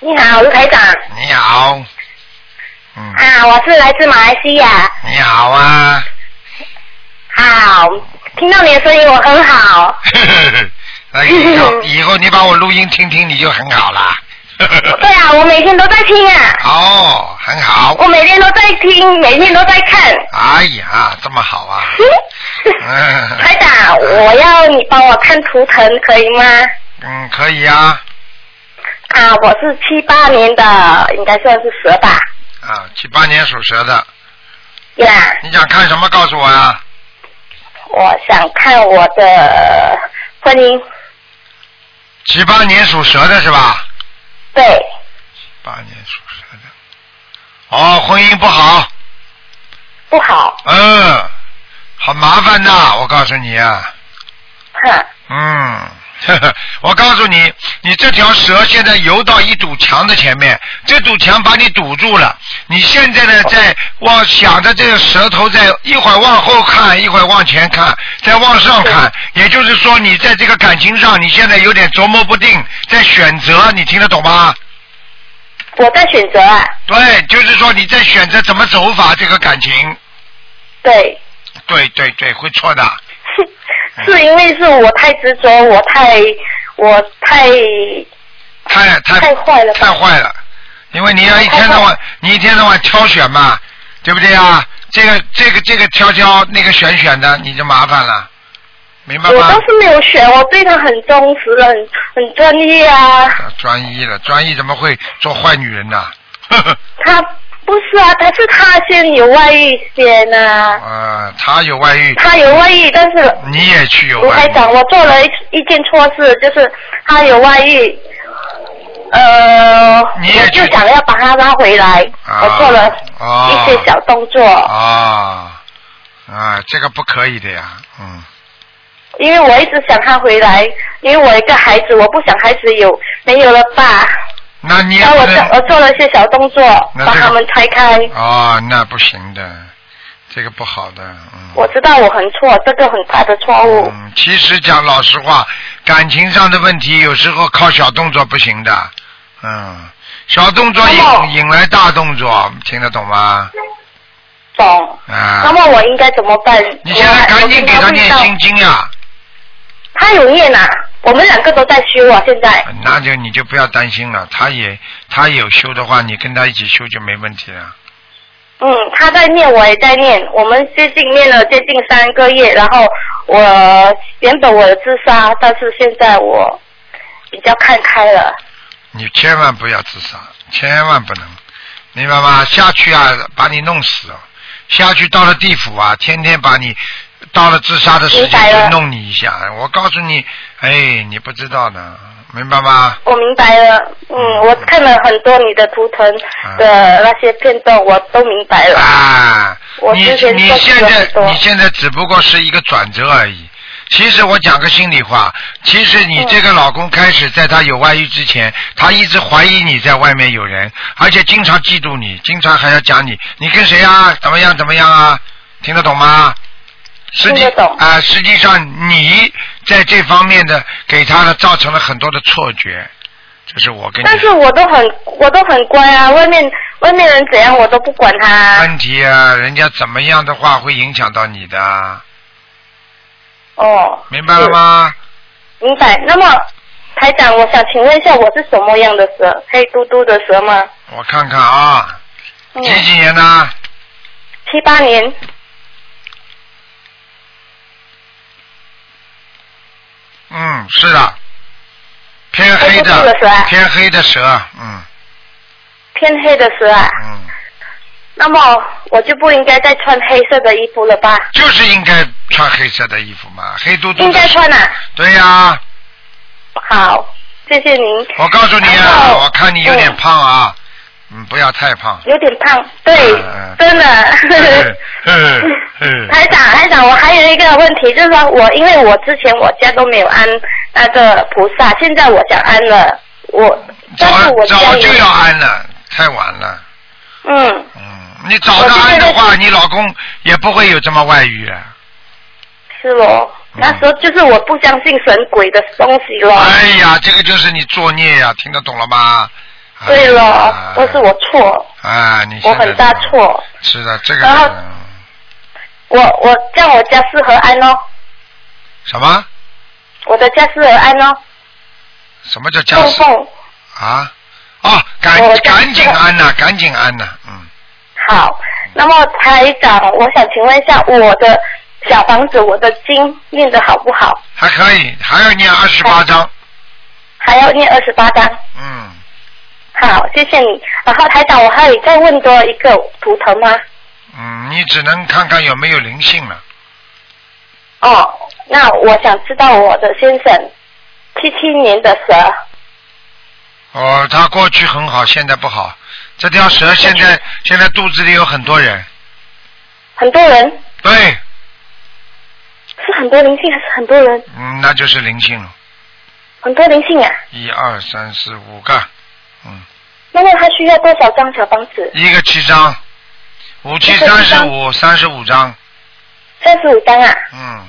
Speaker 6: 你好，卢台长
Speaker 1: 你好，嗯，
Speaker 6: 啊，我是来自马来西亚。
Speaker 1: 你好啊，
Speaker 6: 好，听到你的声音我很好。
Speaker 1: 那以后以后你把我录音听听，你就很好啦。
Speaker 6: 对啊，我每天都在听啊，
Speaker 1: 哦，很好。
Speaker 6: 我每天都在听，每天都在看。
Speaker 1: 哎呀，这么好啊！嗯
Speaker 6: 台长，我要你帮我看图腾可以吗？
Speaker 1: 嗯，可以啊，
Speaker 6: 啊，我是七八年的，应该算是蛇吧？
Speaker 1: 啊，七八年属蛇的，
Speaker 6: 呀、
Speaker 1: 你想看什么？告诉我啊呀、
Speaker 6: 我想看我的婚姻。
Speaker 1: 七八年属蛇的是吧？
Speaker 6: 对，
Speaker 1: 八年属蛇的，哦，婚姻不好，
Speaker 6: 不好，
Speaker 1: 嗯，很麻烦的，我告诉你啊，
Speaker 6: 哈，
Speaker 1: 嗯， 我告诉你，你这条蛇现在游到一堵墙的前面，这堵墙把你堵住了。你现在呢，在往想着这个舌头在一会儿往后看，一会儿往前看，再往上看。也就是说，你在这个感情上，你现在有点琢磨不定，在选择。你听得懂吗？
Speaker 6: 我在选择啊，
Speaker 1: 对，就是说你在选择怎么走法这个感情。
Speaker 6: 对，
Speaker 1: 对对对，会错的。
Speaker 6: 是因为是我太执着，我太我太
Speaker 1: 太太
Speaker 6: 太坏了吧
Speaker 1: 太坏了，因为你要一天到晚，你一天到晚挑选嘛，对不对啊？这个这个这个挑挑，那个选选的，你就麻烦了，明白
Speaker 6: 我
Speaker 1: 吗
Speaker 6: 倒？是没有选，我对他很忠实，很很专一啊。
Speaker 1: 啊专一了，专一怎么会做坏女人 呢？
Speaker 6: 他不是啊，他是他先有外遇先啊，
Speaker 1: 呃，他有外遇，
Speaker 6: 他有外遇，但是
Speaker 1: 你也去有
Speaker 6: 卢
Speaker 1: 外
Speaker 6: 台
Speaker 1: 遇，
Speaker 6: 长，我做了一一件错事，就是他有外遇，呃，
Speaker 1: 你也
Speaker 6: 我就
Speaker 1: 去
Speaker 6: 想要把他拉回来，
Speaker 1: 啊
Speaker 6: 我做了
Speaker 1: 啊
Speaker 6: 一些小动作，
Speaker 1: 啊啊，这个不可以的呀，嗯，
Speaker 6: 因为我一直想他回来，因为我一个孩子，我不想孩子有没有了爸，
Speaker 1: 那你也
Speaker 6: 然后
Speaker 1: 不
Speaker 6: 我
Speaker 1: 能
Speaker 6: 做我做了一些小动作，
Speaker 1: 那这个
Speaker 6: 把他们拆开。
Speaker 1: 啊、那不行的，这个不好的，嗯。
Speaker 6: 我知道我很错，这个很大的错误。
Speaker 1: 嗯，其实讲老实话，感情上的问题有时候靠小动作不行的，嗯，小动作
Speaker 6: 那么
Speaker 1: 引引来大动作，听得懂吗？
Speaker 6: 懂。那
Speaker 1: 啊，
Speaker 6: 么我应该怎么办？
Speaker 1: 你现在
Speaker 6: 我
Speaker 1: 赶紧给他念。
Speaker 6: 我
Speaker 1: 心经呀、
Speaker 6: 他有念啊，我们两个都在修啊，现在。
Speaker 1: 那就你就不要担心了，他也他有修的话，你跟他一起修就没问题了。
Speaker 6: 嗯，他在念，我也在念，我们接近念了接近三个月，然后我原本我有自杀，但是现在我比较看开了。
Speaker 1: 你千万不要自杀，千万不能，明白吗？下去啊，把你弄死哦，下去到了地府啊，天天把你到了自杀的时
Speaker 6: 明白
Speaker 1: 间
Speaker 6: 了
Speaker 1: 就弄你一下。我告诉你，哎，你不知道的，明白吗？
Speaker 6: 我明白了，嗯，我看了很多你的图腾的那些片段，我都明白了。
Speaker 1: 啊，
Speaker 6: 我
Speaker 1: 你
Speaker 6: 之前
Speaker 1: 你
Speaker 6: 做
Speaker 1: 现
Speaker 6: 过
Speaker 1: 在
Speaker 6: 很多
Speaker 1: 你现在只不过是一个转折而已。其实我讲个心里话，其实
Speaker 6: 嗯
Speaker 1: 你这个老公开始在他有外遇之前，他一直怀疑你在外面有人，而且经常嫉妒你，经常还要讲你，你跟谁啊？怎么样？怎么样啊？听得懂吗？实际
Speaker 6: 听得
Speaker 1: 啊
Speaker 6: 懂、
Speaker 1: 实际上你在这方面的给他的造成了很多的错觉，这是我跟你
Speaker 6: 但是我都很我都很乖啊，外面外面人怎样我都不管他啊、
Speaker 1: 问题啊，人家怎么样的话会影响到你的啊。
Speaker 6: 哦，
Speaker 1: 明白了吗？
Speaker 6: 是？明白。那么台长，我想请问一下，我是什么样的蛇？黑嘟嘟的蛇吗？
Speaker 1: 我看看啊，
Speaker 6: 嗯，
Speaker 1: 几几年的？
Speaker 6: 七八年。
Speaker 1: 嗯，是的，偏黑
Speaker 6: 黑色
Speaker 1: 的
Speaker 6: 的蛇啊，
Speaker 1: 偏黑的蛇，嗯
Speaker 6: 偏黑的蛇啊，
Speaker 1: 嗯，
Speaker 6: 那么我就不应该再穿黑色的衣服了吧？
Speaker 1: 就是应该穿黑色的衣服嘛，黑嘟嘟
Speaker 6: 应
Speaker 1: 的
Speaker 6: 该。穿啊。
Speaker 1: 对呀、
Speaker 6: 好，谢谢您。
Speaker 1: 我告诉你
Speaker 6: 然
Speaker 1: 啊，
Speaker 6: 后
Speaker 1: 我看你有点
Speaker 6: 嗯
Speaker 1: 胖啊，嗯，不要太胖。
Speaker 6: 有点胖，对，
Speaker 1: 嗯嗯
Speaker 6: 真的。
Speaker 1: 嗯嗯
Speaker 6: 台长，台长，我还有一个问题，就是说我因为我之前我家都没有安那个菩萨，现在我想安了，我
Speaker 1: 早
Speaker 6: 但是我家
Speaker 1: 早
Speaker 6: 里
Speaker 1: 就要安了，太晚了。
Speaker 6: 嗯，
Speaker 1: 嗯，你早的安的
Speaker 6: 我
Speaker 1: 话，
Speaker 6: 现在
Speaker 1: 你老公也不会有这么外遇啊。
Speaker 6: 是咯，
Speaker 1: 嗯
Speaker 6: 那时候就是我不相信神鬼的东西咯，
Speaker 1: 哎呀，这个就是你作孽呀、听得懂了吗？
Speaker 6: 对
Speaker 1: 了，
Speaker 6: 咯，都是我错，
Speaker 1: 啊，哎你现在
Speaker 6: 我很大错，
Speaker 1: 是的，这个
Speaker 6: 然后
Speaker 1: 嗯
Speaker 6: 我我这样我家适合安哦，
Speaker 1: 什么
Speaker 6: 我的家适合安哦，
Speaker 1: 什么叫家
Speaker 6: 凤
Speaker 1: 事
Speaker 6: 凤，
Speaker 1: 啊？哦，赶
Speaker 6: 我家
Speaker 1: 赶紧
Speaker 6: 是
Speaker 1: 安呐、赶紧安呐、嗯，
Speaker 6: 好，那么台长，我想请问一下我的小房子，我的经念的好不好？
Speaker 1: 还可以，还要念二十八章，
Speaker 6: 还要念二十八章。
Speaker 1: 嗯，
Speaker 6: 好，谢谢你。然后台长，我还有再问多一个图腾吗？
Speaker 1: 嗯，你只能看看有没有灵性了。
Speaker 6: 哦，那我想知道我的先生，七七年的蛇，
Speaker 1: 哦，他过去很好，现在不好。这条蛇现在现在肚子里有很多人，
Speaker 6: 很多人
Speaker 1: 对，
Speaker 6: 是很多灵性还是很多人？
Speaker 1: 嗯，那就是灵性了。
Speaker 6: 很多灵性啊。
Speaker 1: 一二三四五个，嗯，
Speaker 6: 那么他需要多少张小房子？
Speaker 1: 一个七张，五七三十五，三十五张，
Speaker 6: 三十五张啊。
Speaker 1: 嗯，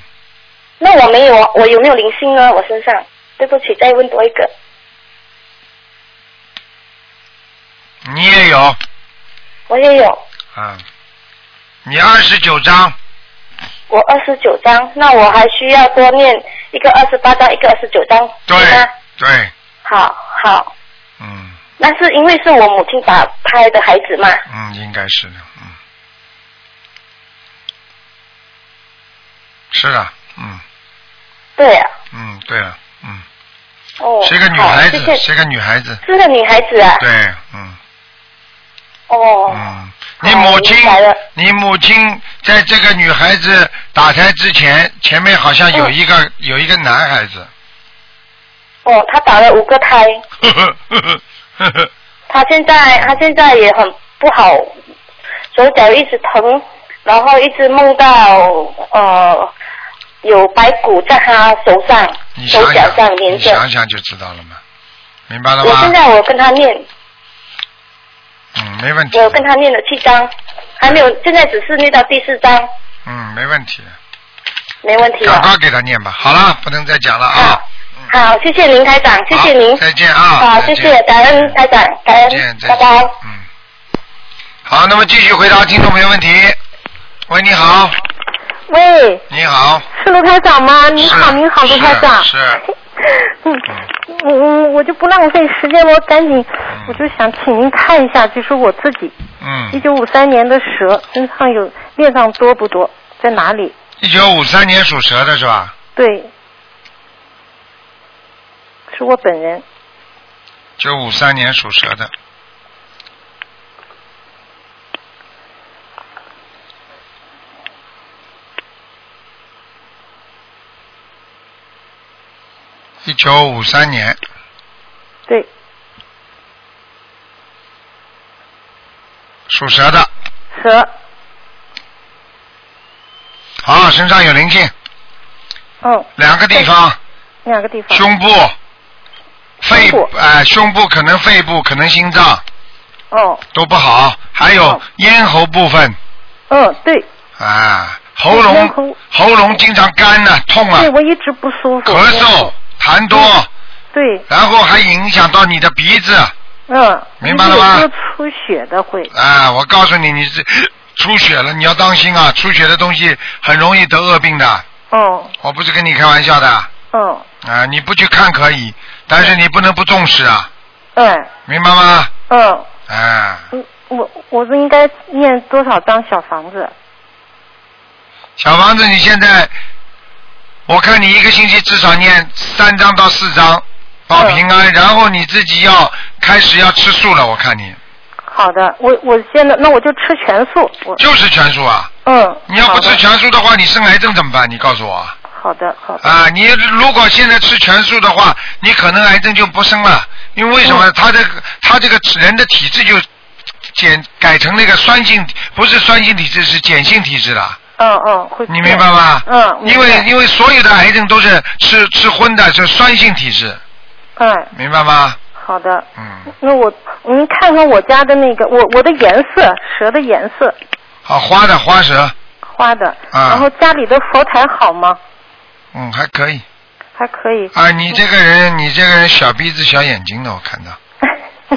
Speaker 6: 那我没有，啊我有没有灵性呢？我身上？对不起，再问多一个。
Speaker 1: 你也有，
Speaker 6: 我也有，
Speaker 1: 嗯，你二十九张，
Speaker 6: 我二十九张，那我还需要多念一个二十八张，一个二十九张，
Speaker 1: 对
Speaker 6: 吗？
Speaker 1: 对，
Speaker 6: 好好，
Speaker 1: 嗯
Speaker 6: 那是因为是我母亲打胎的孩子嘛，
Speaker 1: 嗯，应该是的，嗯，是的，嗯
Speaker 6: 对啊，
Speaker 1: 嗯，对了，嗯，
Speaker 6: 哦，
Speaker 1: 是一个女
Speaker 6: 好
Speaker 1: 孩
Speaker 6: 谢
Speaker 1: 子，
Speaker 6: 谢
Speaker 1: 是一个女孩子，
Speaker 6: 是个女孩子啊，
Speaker 1: 对，嗯。
Speaker 6: 哦，
Speaker 1: 嗯，你母亲
Speaker 6: 明白了，
Speaker 1: 你母亲在这个女孩子打胎之前，前面好像
Speaker 6: 嗯
Speaker 1: 有一个、有一个男孩子，
Speaker 6: 哦，她打了五个胎，
Speaker 1: 呵呵呵呵呵呵，
Speaker 6: 她现在她现在也很不好，手脚一直疼，然后一直梦到呃有白骨在她手上、
Speaker 1: 你
Speaker 6: 手
Speaker 1: 想
Speaker 6: 脚上
Speaker 1: 想，
Speaker 6: 连
Speaker 1: 你
Speaker 6: 着。
Speaker 1: 想想就知道了嘛，明白了
Speaker 6: 我现
Speaker 1: 吗？
Speaker 6: 在我跟他念，
Speaker 1: 嗯，没问题的，
Speaker 6: 我跟他念了七章，还没有，现在只是念到第四章，
Speaker 1: 嗯，没问题的，
Speaker 6: 没问题
Speaker 1: 赶
Speaker 6: 啊了。
Speaker 1: 快给他念吧。好了，不能再讲了啊
Speaker 6: 好，好，谢谢您台长，谢
Speaker 1: 好
Speaker 6: 谢您。
Speaker 1: 再见啊，
Speaker 6: 好，
Speaker 1: 再
Speaker 6: 谢
Speaker 1: 见
Speaker 6: 谢，感恩台长，感
Speaker 1: 再见
Speaker 6: 恩，
Speaker 1: 再
Speaker 6: 拜
Speaker 1: 见，
Speaker 6: 拜。
Speaker 1: 嗯，好，那么继续回答听众朋友问题。喂，你好，
Speaker 7: 喂，
Speaker 1: 你好，
Speaker 7: 是卢台长吗？你好，
Speaker 1: 是
Speaker 7: 你好，卢台长。
Speaker 1: 是是
Speaker 7: 嗯
Speaker 1: 嗯。
Speaker 7: 嗯嗯，我就不浪费时间，我赶紧，我就想请您看一下，就是我自己，一
Speaker 1: 嗯，
Speaker 7: 九五三年的蛇身上有裂伤多不多，在哪里？
Speaker 1: 一九五三年属蛇的是吧？
Speaker 7: 对，是我本人。
Speaker 1: 九五三年属蛇的，一九五三年，
Speaker 7: 对，
Speaker 1: 属蛇的，
Speaker 7: 蛇，
Speaker 1: 好，身上有灵性，
Speaker 7: 嗯，
Speaker 1: 两个地方，
Speaker 7: 两个地方。
Speaker 1: 胸部、肺
Speaker 7: 胸部，
Speaker 1: 哎、胸部可能肺部，可能心脏
Speaker 7: 哦，
Speaker 1: 都不好，还有
Speaker 7: 哦
Speaker 1: 咽喉部分
Speaker 7: 嗯，对，
Speaker 1: 啊，喉
Speaker 7: 咽
Speaker 1: 咙
Speaker 7: 喉
Speaker 1: 喉咙经常干呐、痛啊
Speaker 7: 对，我一直不舒服。
Speaker 1: 咳嗽、痰多，
Speaker 7: 对，
Speaker 1: 然后还影响到你的鼻子
Speaker 7: 嗯。
Speaker 1: 明白了吗
Speaker 7: 有时候出血的会。
Speaker 1: 啊！我告诉你，你是出血了，你要当心啊！出血的东西很容易得恶病的，
Speaker 7: 哦，
Speaker 1: 我不是跟你开玩笑的
Speaker 7: 嗯，
Speaker 1: 啊！你不去看可以，但是你不能不重视啊，
Speaker 7: 哎，
Speaker 1: 明白吗？
Speaker 7: 嗯。
Speaker 1: 啊，
Speaker 7: 嗯，我我是应该念多少张小房子？
Speaker 1: 小房子，你现在我看你一个星期至少念三张到四张保平安，
Speaker 7: 嗯
Speaker 1: 然后你自己要开始要吃素了，我看你
Speaker 7: 好的，我我现在那我就吃全素。我
Speaker 1: 就是全素啊！
Speaker 7: 嗯，
Speaker 1: 你要不吃
Speaker 7: 好的
Speaker 1: 全素的话，你生癌症怎么办？你告诉我啊。
Speaker 7: 好的好的，
Speaker 1: 啊，你如果现在吃全素的话，你可能癌症就不生了，因为为
Speaker 7: 哦
Speaker 1: 什么？他这个他这个人的体质就减改成那个酸性，不是酸性体质，是碱性体质了，
Speaker 7: 嗯嗯会。
Speaker 1: 你明白？吗？
Speaker 7: 嗯明白
Speaker 1: 因为因为所有的癌症都是吃吃荤的，是酸性体质，
Speaker 7: 哎，
Speaker 1: 明白吗？
Speaker 7: 好的。
Speaker 1: 嗯，
Speaker 7: 那我您看看我家的那个我我的颜色，蛇的颜色，
Speaker 1: 好，花的花蛇，
Speaker 7: 花的。
Speaker 1: 啊
Speaker 7: 然后家里的佛台好吗？
Speaker 1: 嗯，还可以
Speaker 7: 还可以。
Speaker 1: 啊。你这个人，你这个人小鼻子小眼睛的，我看到。 啊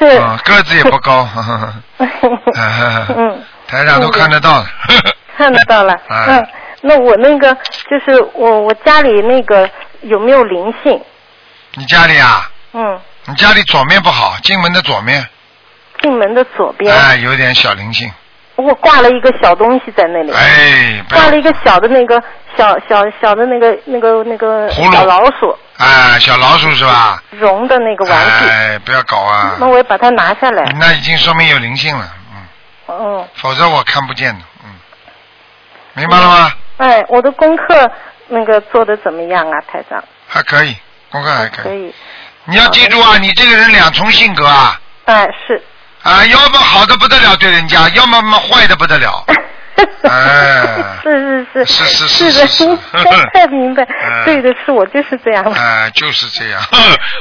Speaker 7: 是。
Speaker 1: 嗯，个子也不高，呵呵呵啊
Speaker 7: 嗯。
Speaker 1: 台长都看得到的。
Speaker 7: 看得 到了。
Speaker 1: 啊
Speaker 7: 嗯，那我那个就是我我家里那个有没有灵性？
Speaker 1: 你家里啊？
Speaker 7: 嗯，
Speaker 1: 你家里左面不好，进门的左面，
Speaker 7: 进门的左边，
Speaker 1: 哎，有点小灵性，
Speaker 7: 我挂了一个小东西在那里，
Speaker 1: 哎，不
Speaker 7: 挂了一
Speaker 1: 要，
Speaker 7: 个小的那个小小小的那个那个那个
Speaker 1: 葫芦
Speaker 7: 小老鼠
Speaker 1: 哎，小老鼠是吧？
Speaker 7: 绒的那个玩具，
Speaker 1: 哎，不要搞啊
Speaker 7: 那，我也把它拿下来。
Speaker 1: 那已经说明有灵性了，嗯，
Speaker 7: 嗯，
Speaker 1: 否则我看不见的，嗯，明白了吗？
Speaker 7: 哎，我的功课那个做的怎么样啊，台长？
Speaker 1: 还可以，功课还可
Speaker 7: 可
Speaker 1: 以。
Speaker 7: 以。
Speaker 1: 你要记住啊，你这个人两重性格啊，
Speaker 7: 哎，是。
Speaker 1: 啊，要么好的不得了对人家，要么嘛坏的不得了， 哎
Speaker 7: 是
Speaker 1: 是
Speaker 7: 是
Speaker 1: 是
Speaker 7: 是
Speaker 1: 是
Speaker 7: 是的，
Speaker 1: 是
Speaker 7: 您
Speaker 1: 是
Speaker 7: 太明白
Speaker 1: 嗯，
Speaker 7: 对的，是我就是这样。
Speaker 1: 啊，就是这样。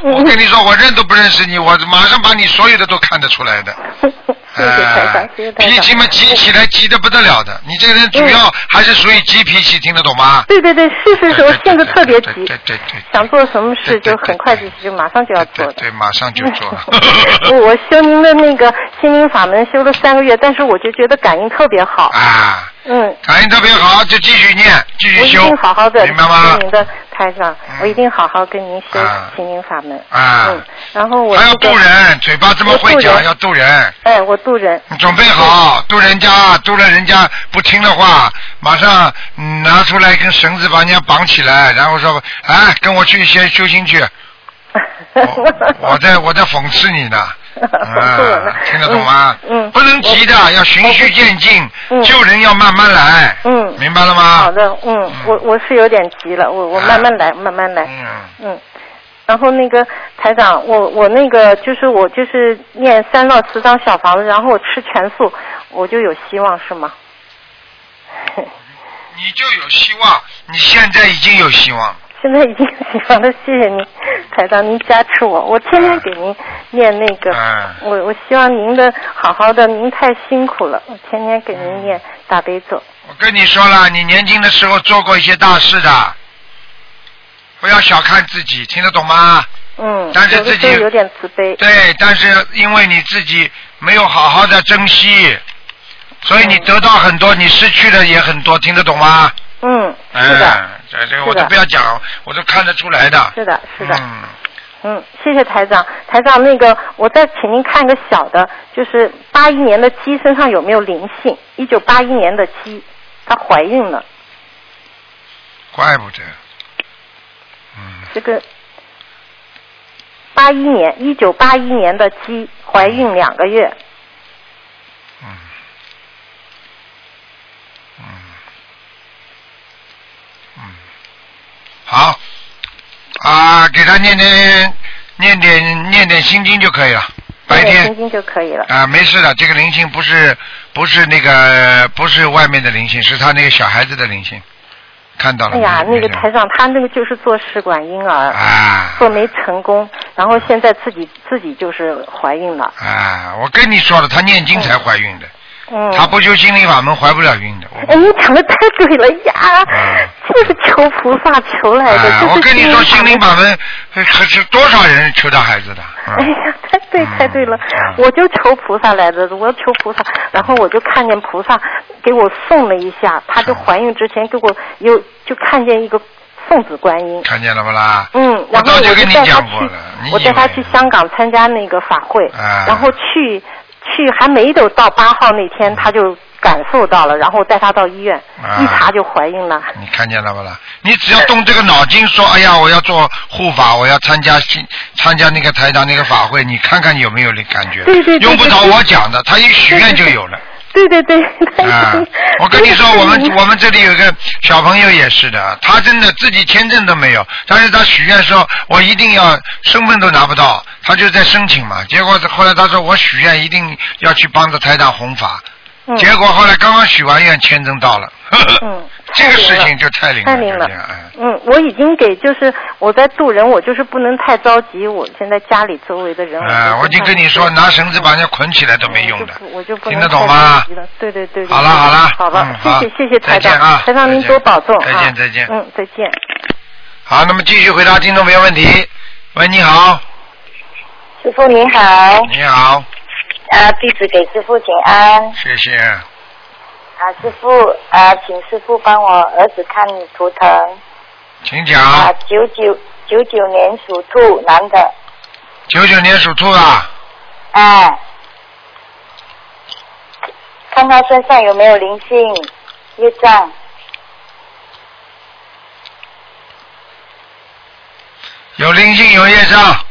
Speaker 1: 我跟你说，我认都不认识你，我马上把你所有的都看得出来的。
Speaker 7: 谢谢台
Speaker 1: 哎
Speaker 7: 长，谢谢，台
Speaker 1: 脾
Speaker 7: 长。
Speaker 1: 气嘛，急起来急得不得了的。你这个人主要还是属于急脾气，听得懂吗？
Speaker 7: 对对对，是是是，我性子特别 急
Speaker 1: 对对对对对对，
Speaker 7: 想做什么
Speaker 1: 对
Speaker 7: 事
Speaker 1: 对
Speaker 7: 就
Speaker 1: 对
Speaker 7: 很快就就马上就要
Speaker 1: 对
Speaker 7: 做的。
Speaker 1: 对，马上就做。
Speaker 7: 我我修您的那个心灵法门修了三个月，但是我就觉得感应特别好。
Speaker 1: 啊，
Speaker 7: 嗯，
Speaker 1: 感应特别好，就继续念，继
Speaker 7: 我
Speaker 1: 续
Speaker 7: 一
Speaker 1: 修
Speaker 7: 定好好的，，
Speaker 1: 明白吗？
Speaker 7: 您的台长
Speaker 1: 嗯，
Speaker 7: 我一定好好跟您修
Speaker 1: 啊
Speaker 7: 心灵法门。
Speaker 1: 啊
Speaker 7: 嗯，然后我
Speaker 1: 还要
Speaker 7: 那
Speaker 1: 渡
Speaker 7: 个，
Speaker 1: 人，嘴巴这么会
Speaker 7: 我渡
Speaker 1: 讲，
Speaker 7: 人
Speaker 1: 要渡人。
Speaker 7: 哎，我渡人，
Speaker 1: 你准备好渡人家，渡了人家不听的话，马上、嗯拿出来一根绳子把人家绑起来，然后说：“哎，跟我去先修行去。我”我 在我在讽刺你呢。
Speaker 7: 讽刺我呢
Speaker 1: 啊，听得懂吗？
Speaker 7: 嗯嗯
Speaker 1: 不能急的，要循序渐进，
Speaker 7: 嗯
Speaker 1: 救人要慢慢来。
Speaker 7: 嗯
Speaker 1: 明白了吗？
Speaker 7: 好的，嗯，我我是有点急了，我我慢慢来，慢慢来。
Speaker 1: 啊嗯
Speaker 7: 嗯，然后那个台长，我我那个就是我就是念三到十张小房子，然后我吃全素，我就有希望是吗？
Speaker 1: 你就有希望，你现在已经有希望了。
Speaker 7: 现在已经有希望了，谢谢您，台长您加持我，我天天给您念那个，
Speaker 1: 嗯
Speaker 7: 我我希望您的好好的，您太辛苦了，我天天给您
Speaker 1: 嗯
Speaker 7: 念大悲咒。
Speaker 1: 我跟你说了，你年轻的时候做过一些大事的，不要小看自己，听得懂吗？
Speaker 7: 嗯，
Speaker 1: 但是
Speaker 7: 有的
Speaker 1: 自己
Speaker 7: 时候有点自卑，
Speaker 1: 对，但是因为你自己没有好好的珍惜，所以你得到很多，你失去的也很多，听得懂吗？
Speaker 7: 嗯，是的，
Speaker 1: 哎，这这个我
Speaker 7: 是的
Speaker 1: 都不要讲，我都看得出来的。
Speaker 7: 是的，是的，
Speaker 1: 嗯，
Speaker 7: 嗯，谢谢台长。台长，那个我再请您看个小的，就是八一年的鸡身上有没有灵性？一九八一年的鸡，她怀孕了，
Speaker 1: 怪不得。嗯，
Speaker 7: 这个八一年，一九八一年的鸡怀孕两个月，
Speaker 1: 嗯，嗯，嗯，好，啊，给他念点念点念点心经就可以了，白
Speaker 7: 念
Speaker 1: 天
Speaker 7: 心经就可以了。
Speaker 1: 啊，没事的，这个灵性不是不是那个不是外面的灵性，是他那个小孩子的灵性，看到了。
Speaker 7: 哎呀，
Speaker 1: 没
Speaker 7: 那个
Speaker 1: 没事
Speaker 7: 台长，他那个就是做试管婴儿，
Speaker 1: 啊
Speaker 7: 做没成功，然后现在自己自己就是怀孕了。
Speaker 1: 啊！我跟你说了，他念经才怀孕的，
Speaker 7: 嗯，
Speaker 1: 他不修心灵法门怀不了孕的。我
Speaker 7: 哎，你讲的太对了呀
Speaker 1: 嗯，
Speaker 7: 就是求菩萨求来的，
Speaker 1: 啊，
Speaker 7: 就是
Speaker 1: 我跟你说，
Speaker 7: 心
Speaker 1: 心灵
Speaker 7: 灵法
Speaker 1: 法
Speaker 7: 门。
Speaker 1: 门呃可是多少人求到孩子的？嗯
Speaker 7: 哎呀，太对
Speaker 1: 嗯
Speaker 7: 太对了
Speaker 1: 嗯，
Speaker 7: 我就求菩萨来的，我求菩萨，然后我就看见菩萨给我送了一下，她就怀孕之前给我有就看见一个送子观音，
Speaker 1: 看见了不啦？
Speaker 7: 嗯，
Speaker 1: 我
Speaker 7: 然后
Speaker 1: 早就
Speaker 7: 我
Speaker 1: 跟你
Speaker 7: 带她
Speaker 1: 讲过
Speaker 7: 去
Speaker 1: 了你，
Speaker 7: 我
Speaker 1: 以
Speaker 7: 带她
Speaker 1: 为
Speaker 7: 去香港参加那个法会，
Speaker 1: 啊
Speaker 7: 然后去去还没有到八号那天，她就感受到了，然后带她到医院，
Speaker 1: 啊
Speaker 7: 一查就怀孕了。
Speaker 1: 你看见了不啦？你只要动这个脑筋，说哎呀，我要做护法，我要参加新参加那个台长那个法会，你看看有没有那感觉？
Speaker 7: 对对对
Speaker 1: 用不着我讲的，他一许愿就有了。
Speaker 7: 对对对，！
Speaker 1: 啊 我跟你说，我们
Speaker 7: 太
Speaker 1: 我们这里有一个小朋友也是的，他真的自己签证都没有，但是他许愿说，我一定要身份都拿不到，他就在申请嘛。结果后来他说，我许愿一定要去帮着台长弘法。
Speaker 7: 嗯
Speaker 1: 结果后来刚刚许完愿，签证到了。
Speaker 7: 嗯
Speaker 1: 这
Speaker 7: 太
Speaker 1: 个
Speaker 7: 灵
Speaker 1: 事
Speaker 7: 了
Speaker 1: 情就太灵
Speaker 7: 太
Speaker 1: 就
Speaker 7: 灵
Speaker 1: 这
Speaker 7: 了
Speaker 1: 样哎。
Speaker 7: 嗯，我已经给就是我在渡人，我就是不能太着急。我现在家里周围的人，
Speaker 1: 啊，我已经跟你说，拿绳子把人家捆起来都
Speaker 7: 都
Speaker 1: 没用的，
Speaker 7: 我就不
Speaker 1: 听得懂吗？？
Speaker 7: 对对对，对
Speaker 1: 好了好了
Speaker 7: 好了
Speaker 1: 嗯，
Speaker 7: 谢
Speaker 1: 好
Speaker 7: 谢谢谢台
Speaker 1: 再见
Speaker 7: 长
Speaker 1: 啊，
Speaker 7: 台长您
Speaker 1: 再见
Speaker 7: 多保重啊，
Speaker 1: 再见再见
Speaker 7: 嗯，再见。
Speaker 1: 好，那么继续回答听众朋友问题。喂，你好，
Speaker 6: 师傅你好，
Speaker 1: 你好，
Speaker 6: 啊，弟子给师傅请安。
Speaker 1: 谢谢。
Speaker 6: 啊，师傅，啊，请师傅帮我儿子看图腾。
Speaker 1: 请
Speaker 6: 啊
Speaker 1: 讲，，
Speaker 6: 九九九九年属兔，男的。
Speaker 1: 九九年属兔啊，
Speaker 6: 啊，看他身上有没有灵性、业障。
Speaker 1: 有灵性有业障，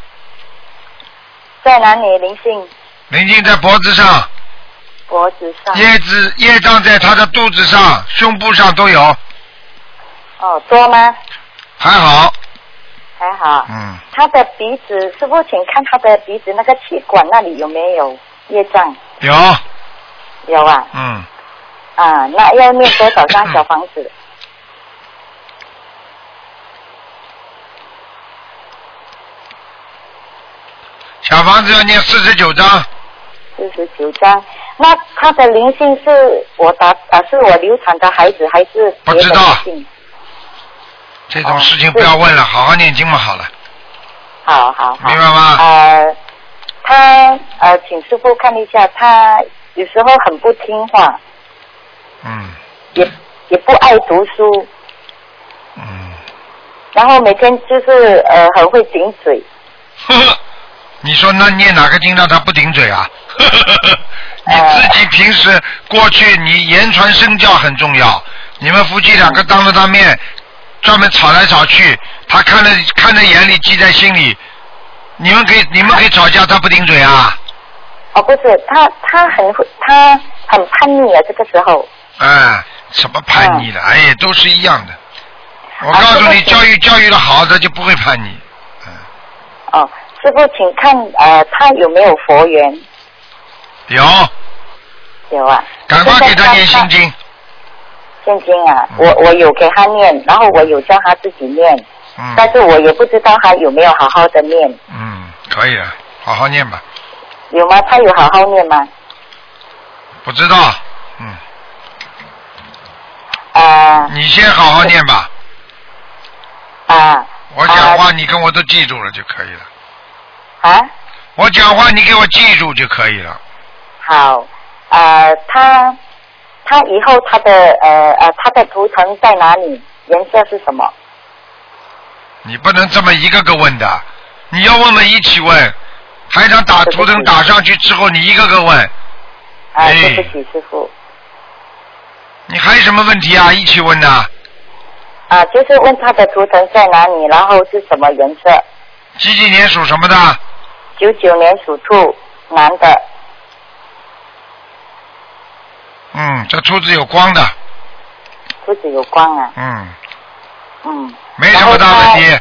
Speaker 6: 在哪里？灵性
Speaker 1: 灵性在脖子上，
Speaker 6: 脖子上。
Speaker 1: 业子业障在他的肚子上、胸部上都有，
Speaker 6: 哦，多吗？
Speaker 1: 还好，
Speaker 6: 还好。
Speaker 1: 嗯，
Speaker 6: 他的鼻子，师傅，请看他的鼻子那个气管那里有没有业障？
Speaker 1: 有，
Speaker 6: 有啊。
Speaker 1: 嗯，
Speaker 8: 啊，那要念多少张小房子？
Speaker 1: 小房子要念四十九章，
Speaker 8: 四十九张。那他的灵性是我打啊，是我流产的孩子还是
Speaker 1: 不
Speaker 8: 别的
Speaker 1: 知道
Speaker 8: 灵性？
Speaker 1: 这种事情不要问了，好好念经嘛，好了，
Speaker 8: 好嗯好好。
Speaker 1: 明白吗？
Speaker 8: 呃，他呃，请师傅看一下，他有时候很不听话，
Speaker 1: 嗯
Speaker 8: 也也不爱读书，
Speaker 1: 嗯，
Speaker 8: 然后每天就是呃很会顶嘴。
Speaker 1: 呵呵，你说那念哪个经让他不顶嘴 啊？呵呵呵呵
Speaker 8: 哦
Speaker 1: 你自己平时过去你言传身教很重要，你们夫妻两个当着他面专门吵来吵去，他看在看在眼里，记在心里。你们可以你们可以吵架，他不顶嘴啊？
Speaker 8: 哦，不是，他他很会，他很叛逆啊，这个时候。
Speaker 1: 哎，什么叛逆的？哎呀，都是一样的。我告诉你，
Speaker 8: 嗯啊这个是
Speaker 1: 教育教育的好，他就不会叛逆。嗯
Speaker 8: 哦，师傅，请看呃，他有没有佛缘？
Speaker 1: 有，
Speaker 8: 有啊。
Speaker 1: 赶快给他念心经。
Speaker 8: 现金啊，
Speaker 1: 嗯
Speaker 8: 我我有给他念，然后我有教他自己念，
Speaker 1: 嗯
Speaker 8: 但是我也不知道他有没有好好的念，
Speaker 1: 嗯，可以了，好好念吧。
Speaker 8: 有吗？他有好好念吗？
Speaker 1: 不知道，嗯，
Speaker 8: 啊
Speaker 1: 你先好好念吧。
Speaker 8: 啊
Speaker 1: 我讲话你跟我都记住了就可以了。
Speaker 8: 啊！
Speaker 1: 我讲话你给我记住就可以了。
Speaker 8: 好，呃，他他以后他的呃呃他的图腾在哪里？颜色是什么？啊
Speaker 1: 你不能这么一个个问的，你要问问一起问。台长打图腾打上去之后，你一个个问，
Speaker 8: 啊，
Speaker 1: 哎
Speaker 8: 对不起，师傅。
Speaker 1: 你还有什么问题啊？一起问呐、
Speaker 8: 啊，就是问他的图腾在哪里，然后是什么颜色？
Speaker 1: 几几年属什么的？
Speaker 8: 九九年属兔，男的。
Speaker 1: 嗯，这兔子有光的，
Speaker 8: 肚子有光啊，
Speaker 1: 嗯，
Speaker 8: 嗯，
Speaker 1: 没什么大问题。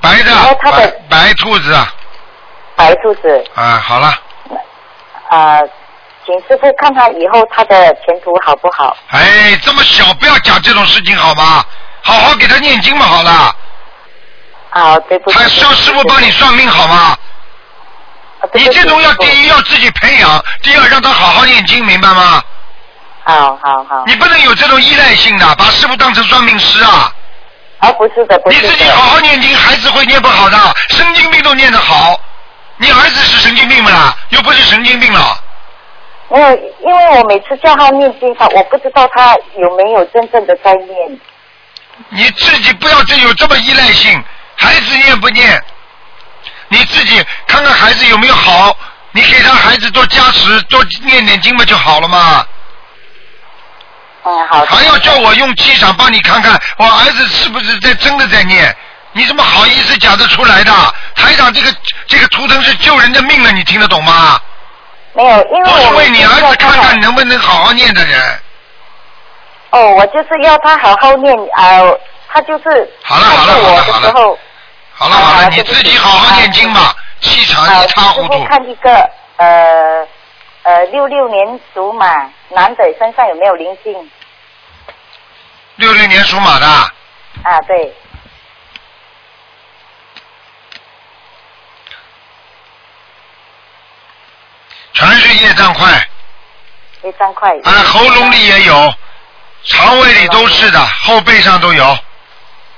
Speaker 1: 白
Speaker 8: 然
Speaker 1: 的
Speaker 8: 后，他
Speaker 1: 白
Speaker 8: 的
Speaker 1: 白兔子啊，
Speaker 8: 白肚子
Speaker 1: 啊，好了，
Speaker 8: 啊、请师傅看他以后他的前途好不好？
Speaker 1: 哎，这么小不要讲这种事情好吗？好好给他念经嘛，好了。
Speaker 8: 啊，对不起，
Speaker 1: 还需要师傅帮你算命好吗？
Speaker 8: 啊对
Speaker 1: 你
Speaker 8: 不起
Speaker 1: 这种要
Speaker 8: 师傅
Speaker 1: 第一要自己培养，第二让他好好念经，明白吗？
Speaker 8: 好哦好好，
Speaker 1: 你不能有这种依赖性的，把师傅当成算命师啊！
Speaker 8: 啊，不是的，不
Speaker 1: 你
Speaker 8: 是
Speaker 1: 自己
Speaker 8: 的，
Speaker 1: 好好念经，孩子会念不好的，神经病都念得好。你儿子是神经病不啦？又不是神经病了。
Speaker 8: 没有，因为我每次叫他念经，他我不知道他有没有真正的在念。
Speaker 1: 你自己不要这有这么依赖性，孩子念不念？你自己看看孩子有没有好，你给他孩子多加持，多念点经不就好了嘛？
Speaker 8: 嗯，好，
Speaker 1: 还要叫我用气场帮你看看我儿子是不是在真的在念？你怎么好意思讲得出来的？台长，这个这个图腾是救人的命了，你听得懂吗？
Speaker 8: 没有，因为
Speaker 1: 我是
Speaker 8: 我
Speaker 1: 为你
Speaker 8: 每
Speaker 1: 儿
Speaker 8: 次叫
Speaker 1: 子看
Speaker 8: 他
Speaker 1: 看能不能好好念的人。
Speaker 8: 哦，我就是要他好好念啊、他就是
Speaker 1: 好了好了
Speaker 8: 看着我的
Speaker 1: 好了
Speaker 8: 时候。
Speaker 1: 好了好
Speaker 8: 啊
Speaker 1: 了，
Speaker 8: 对
Speaker 1: 你
Speaker 8: 不
Speaker 1: 自己
Speaker 8: 起
Speaker 1: 好好
Speaker 8: 啊
Speaker 1: 念经吧，气场
Speaker 8: 呃，
Speaker 1: 一
Speaker 8: 师
Speaker 1: 塌糊
Speaker 8: 傅
Speaker 1: 涂。
Speaker 8: 看一个呃呃六六年属马男的身上有没有灵性
Speaker 1: 六六年属马的。
Speaker 8: 啊？对，
Speaker 1: 全是业障块，
Speaker 8: 一张块。
Speaker 1: 啊，喉咙里也有，肠胃里都是的，后背上都有，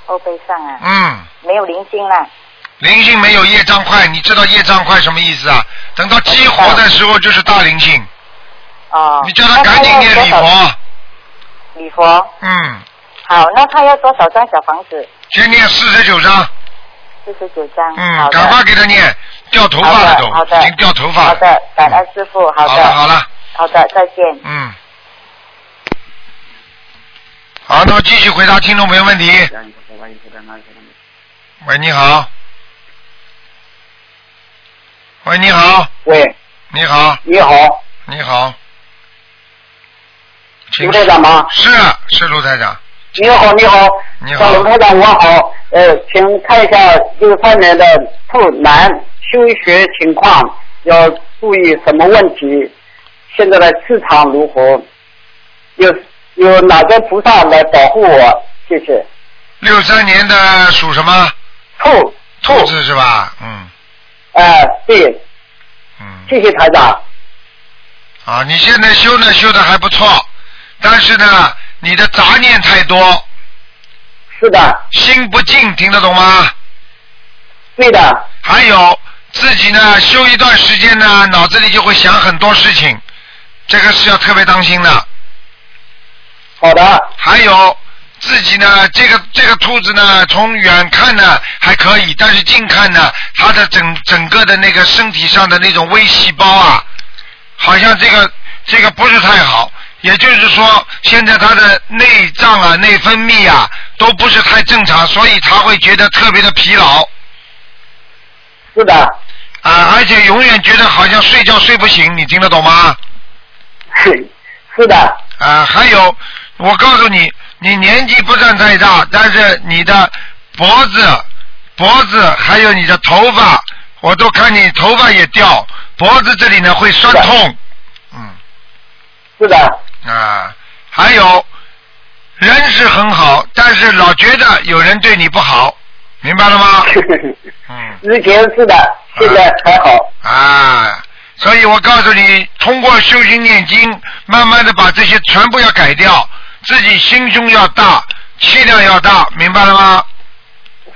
Speaker 8: 后背上啊，
Speaker 1: 嗯，
Speaker 8: 没有灵性啦。
Speaker 1: 灵性没有业障块，你知道业障块什么意思啊？等到激活的时候就是大灵性，
Speaker 8: 哦，
Speaker 1: 你叫他赶紧念礼
Speaker 8: 那他要多少。
Speaker 1: 佛，
Speaker 8: 礼佛，
Speaker 1: 嗯，
Speaker 8: 好，那他要多少张小房子？
Speaker 1: 先念四十九章，
Speaker 8: 四十九张。好
Speaker 1: 嗯，
Speaker 8: 的
Speaker 1: 赶快给他念，掉头发了
Speaker 8: 好的，好
Speaker 1: 都，已
Speaker 8: 的，
Speaker 1: 经掉头发
Speaker 8: 好
Speaker 1: 了，
Speaker 8: 的，感恩师傅，好
Speaker 1: 好了好
Speaker 8: 的，
Speaker 1: 了，
Speaker 8: 好的，再见。
Speaker 1: 嗯，好，那么继续回答听众朋友问题。喂，你好。喂，你好。
Speaker 4: 喂，
Speaker 1: 你好，
Speaker 4: 你好，
Speaker 1: 你好，请
Speaker 4: 卢台长吗？
Speaker 1: 是啊是卢台长，
Speaker 4: 你好，你好，
Speaker 1: 你好
Speaker 4: 小卢台长，我好。呃，请看一下六三年的兔男休学情况，要注意什么问题？现在的市场如何？有有哪个菩萨来保护我？谢谢。
Speaker 1: 六三年的属什么？
Speaker 4: 兔兔，
Speaker 1: 兔子是吧？嗯
Speaker 4: 哎、对，
Speaker 1: 嗯。
Speaker 4: 谢谢台长。
Speaker 1: 啊，你现在修呢，修的还不错，但是呢，你的杂念太多，
Speaker 4: 是的，
Speaker 1: 心不静，听得懂吗？
Speaker 4: 对的，
Speaker 1: 还有自己呢，修一段时间呢，脑子里就会想很多事情，这个是要特别当心的。
Speaker 4: 好的，
Speaker 1: 还有自己呢，这个这个兔子呢，从远看呢还可以，但是近看呢，它的整整个的那个身体上的那种微细胞啊，好像这个这个不是太好。也就是说，现在它的内脏啊、内分泌啊都不是太正常，所以它会觉得特别的疲劳
Speaker 4: 是的，
Speaker 1: 啊，而且永远觉得好像睡觉睡不醒，你听得懂吗？
Speaker 4: 是的，
Speaker 1: 啊，还有，我告诉你，你年纪不算太大，但是你的脖子、脖子还有你的头发，我都看你头发也掉，脖子这里呢会酸痛，嗯
Speaker 4: 是的，
Speaker 1: 啊，还有，人是很好，但是老觉得有人对你不好，明白了吗？嗯。
Speaker 4: 之前是的，现在还好。
Speaker 1: 啊，所以我告诉你，通过修心念经，慢慢的把这些全部要改掉，自己心胸要大，气量要大，明白了吗？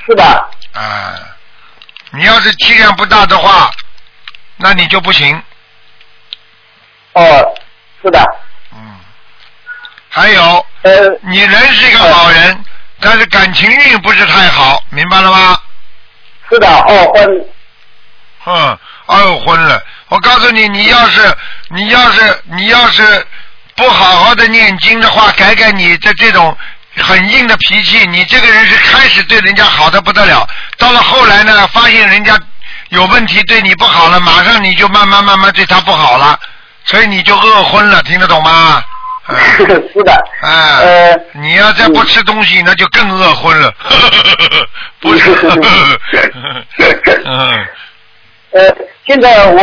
Speaker 4: 是的，
Speaker 1: 啊，你要是气量不大的话，那你就不行。
Speaker 4: 哦，是的，
Speaker 1: 嗯，还有，
Speaker 4: 呃，
Speaker 1: 你人是一个好人，但是感情运不是太好，明白了吗？
Speaker 4: 是的，哦，嗯，
Speaker 1: 嗯，二婚了。我告诉你，你要是你要是你要是不好好的念经的话，改改你的这种很硬的脾气，你这个人是开始对人家好的不得了，到了后来呢，发现人家有问题对你不好了，马上你就慢慢慢慢对他不好了，所以你就恶婚了，听得懂吗？嗯
Speaker 4: 是的，
Speaker 1: 哎、
Speaker 4: 呃，
Speaker 1: 你要再不吃东西，那就更饿昏 了。 不是， 嗯，
Speaker 4: 呃，现在我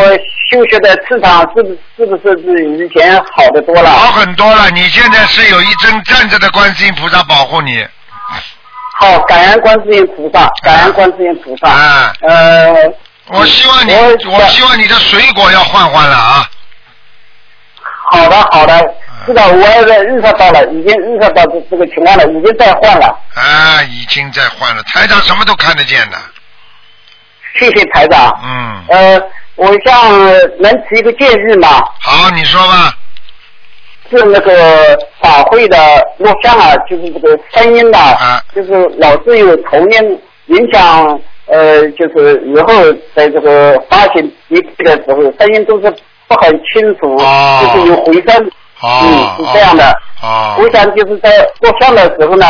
Speaker 4: 休学的磁场是不是不是比以前好的多了？
Speaker 1: 好很多了。你现在是有一尊站着的观世音菩萨保护你，
Speaker 4: 好，感恩观世音菩萨，感恩观世音菩萨。
Speaker 1: 啊
Speaker 4: 呃，
Speaker 1: 我希望你，
Speaker 4: 我
Speaker 1: 我希望你的水果要换换了啊。
Speaker 4: 好的好的，是的，我也认识到了，已经认识到这这个情况了，已经在换了。
Speaker 1: 啊，已经在换了，台长什么都看得见的。
Speaker 4: 谢谢台长。
Speaker 1: 嗯，
Speaker 4: 呃，我想能提一个建议吗？
Speaker 1: 好，你说吧。
Speaker 4: 是那个法会的录像啊，就是这个声音呐、
Speaker 1: 啊
Speaker 4: 就是老是有头音影响，呃，就是以后在这个发行一配的时候，声音都是不很清楚，
Speaker 1: 哦
Speaker 4: 就是有回声，
Speaker 1: 哦，
Speaker 4: 嗯，是这样的。
Speaker 1: 哦。
Speaker 4: 我
Speaker 1: 哦，
Speaker 4: 想就是在录像的时候呢，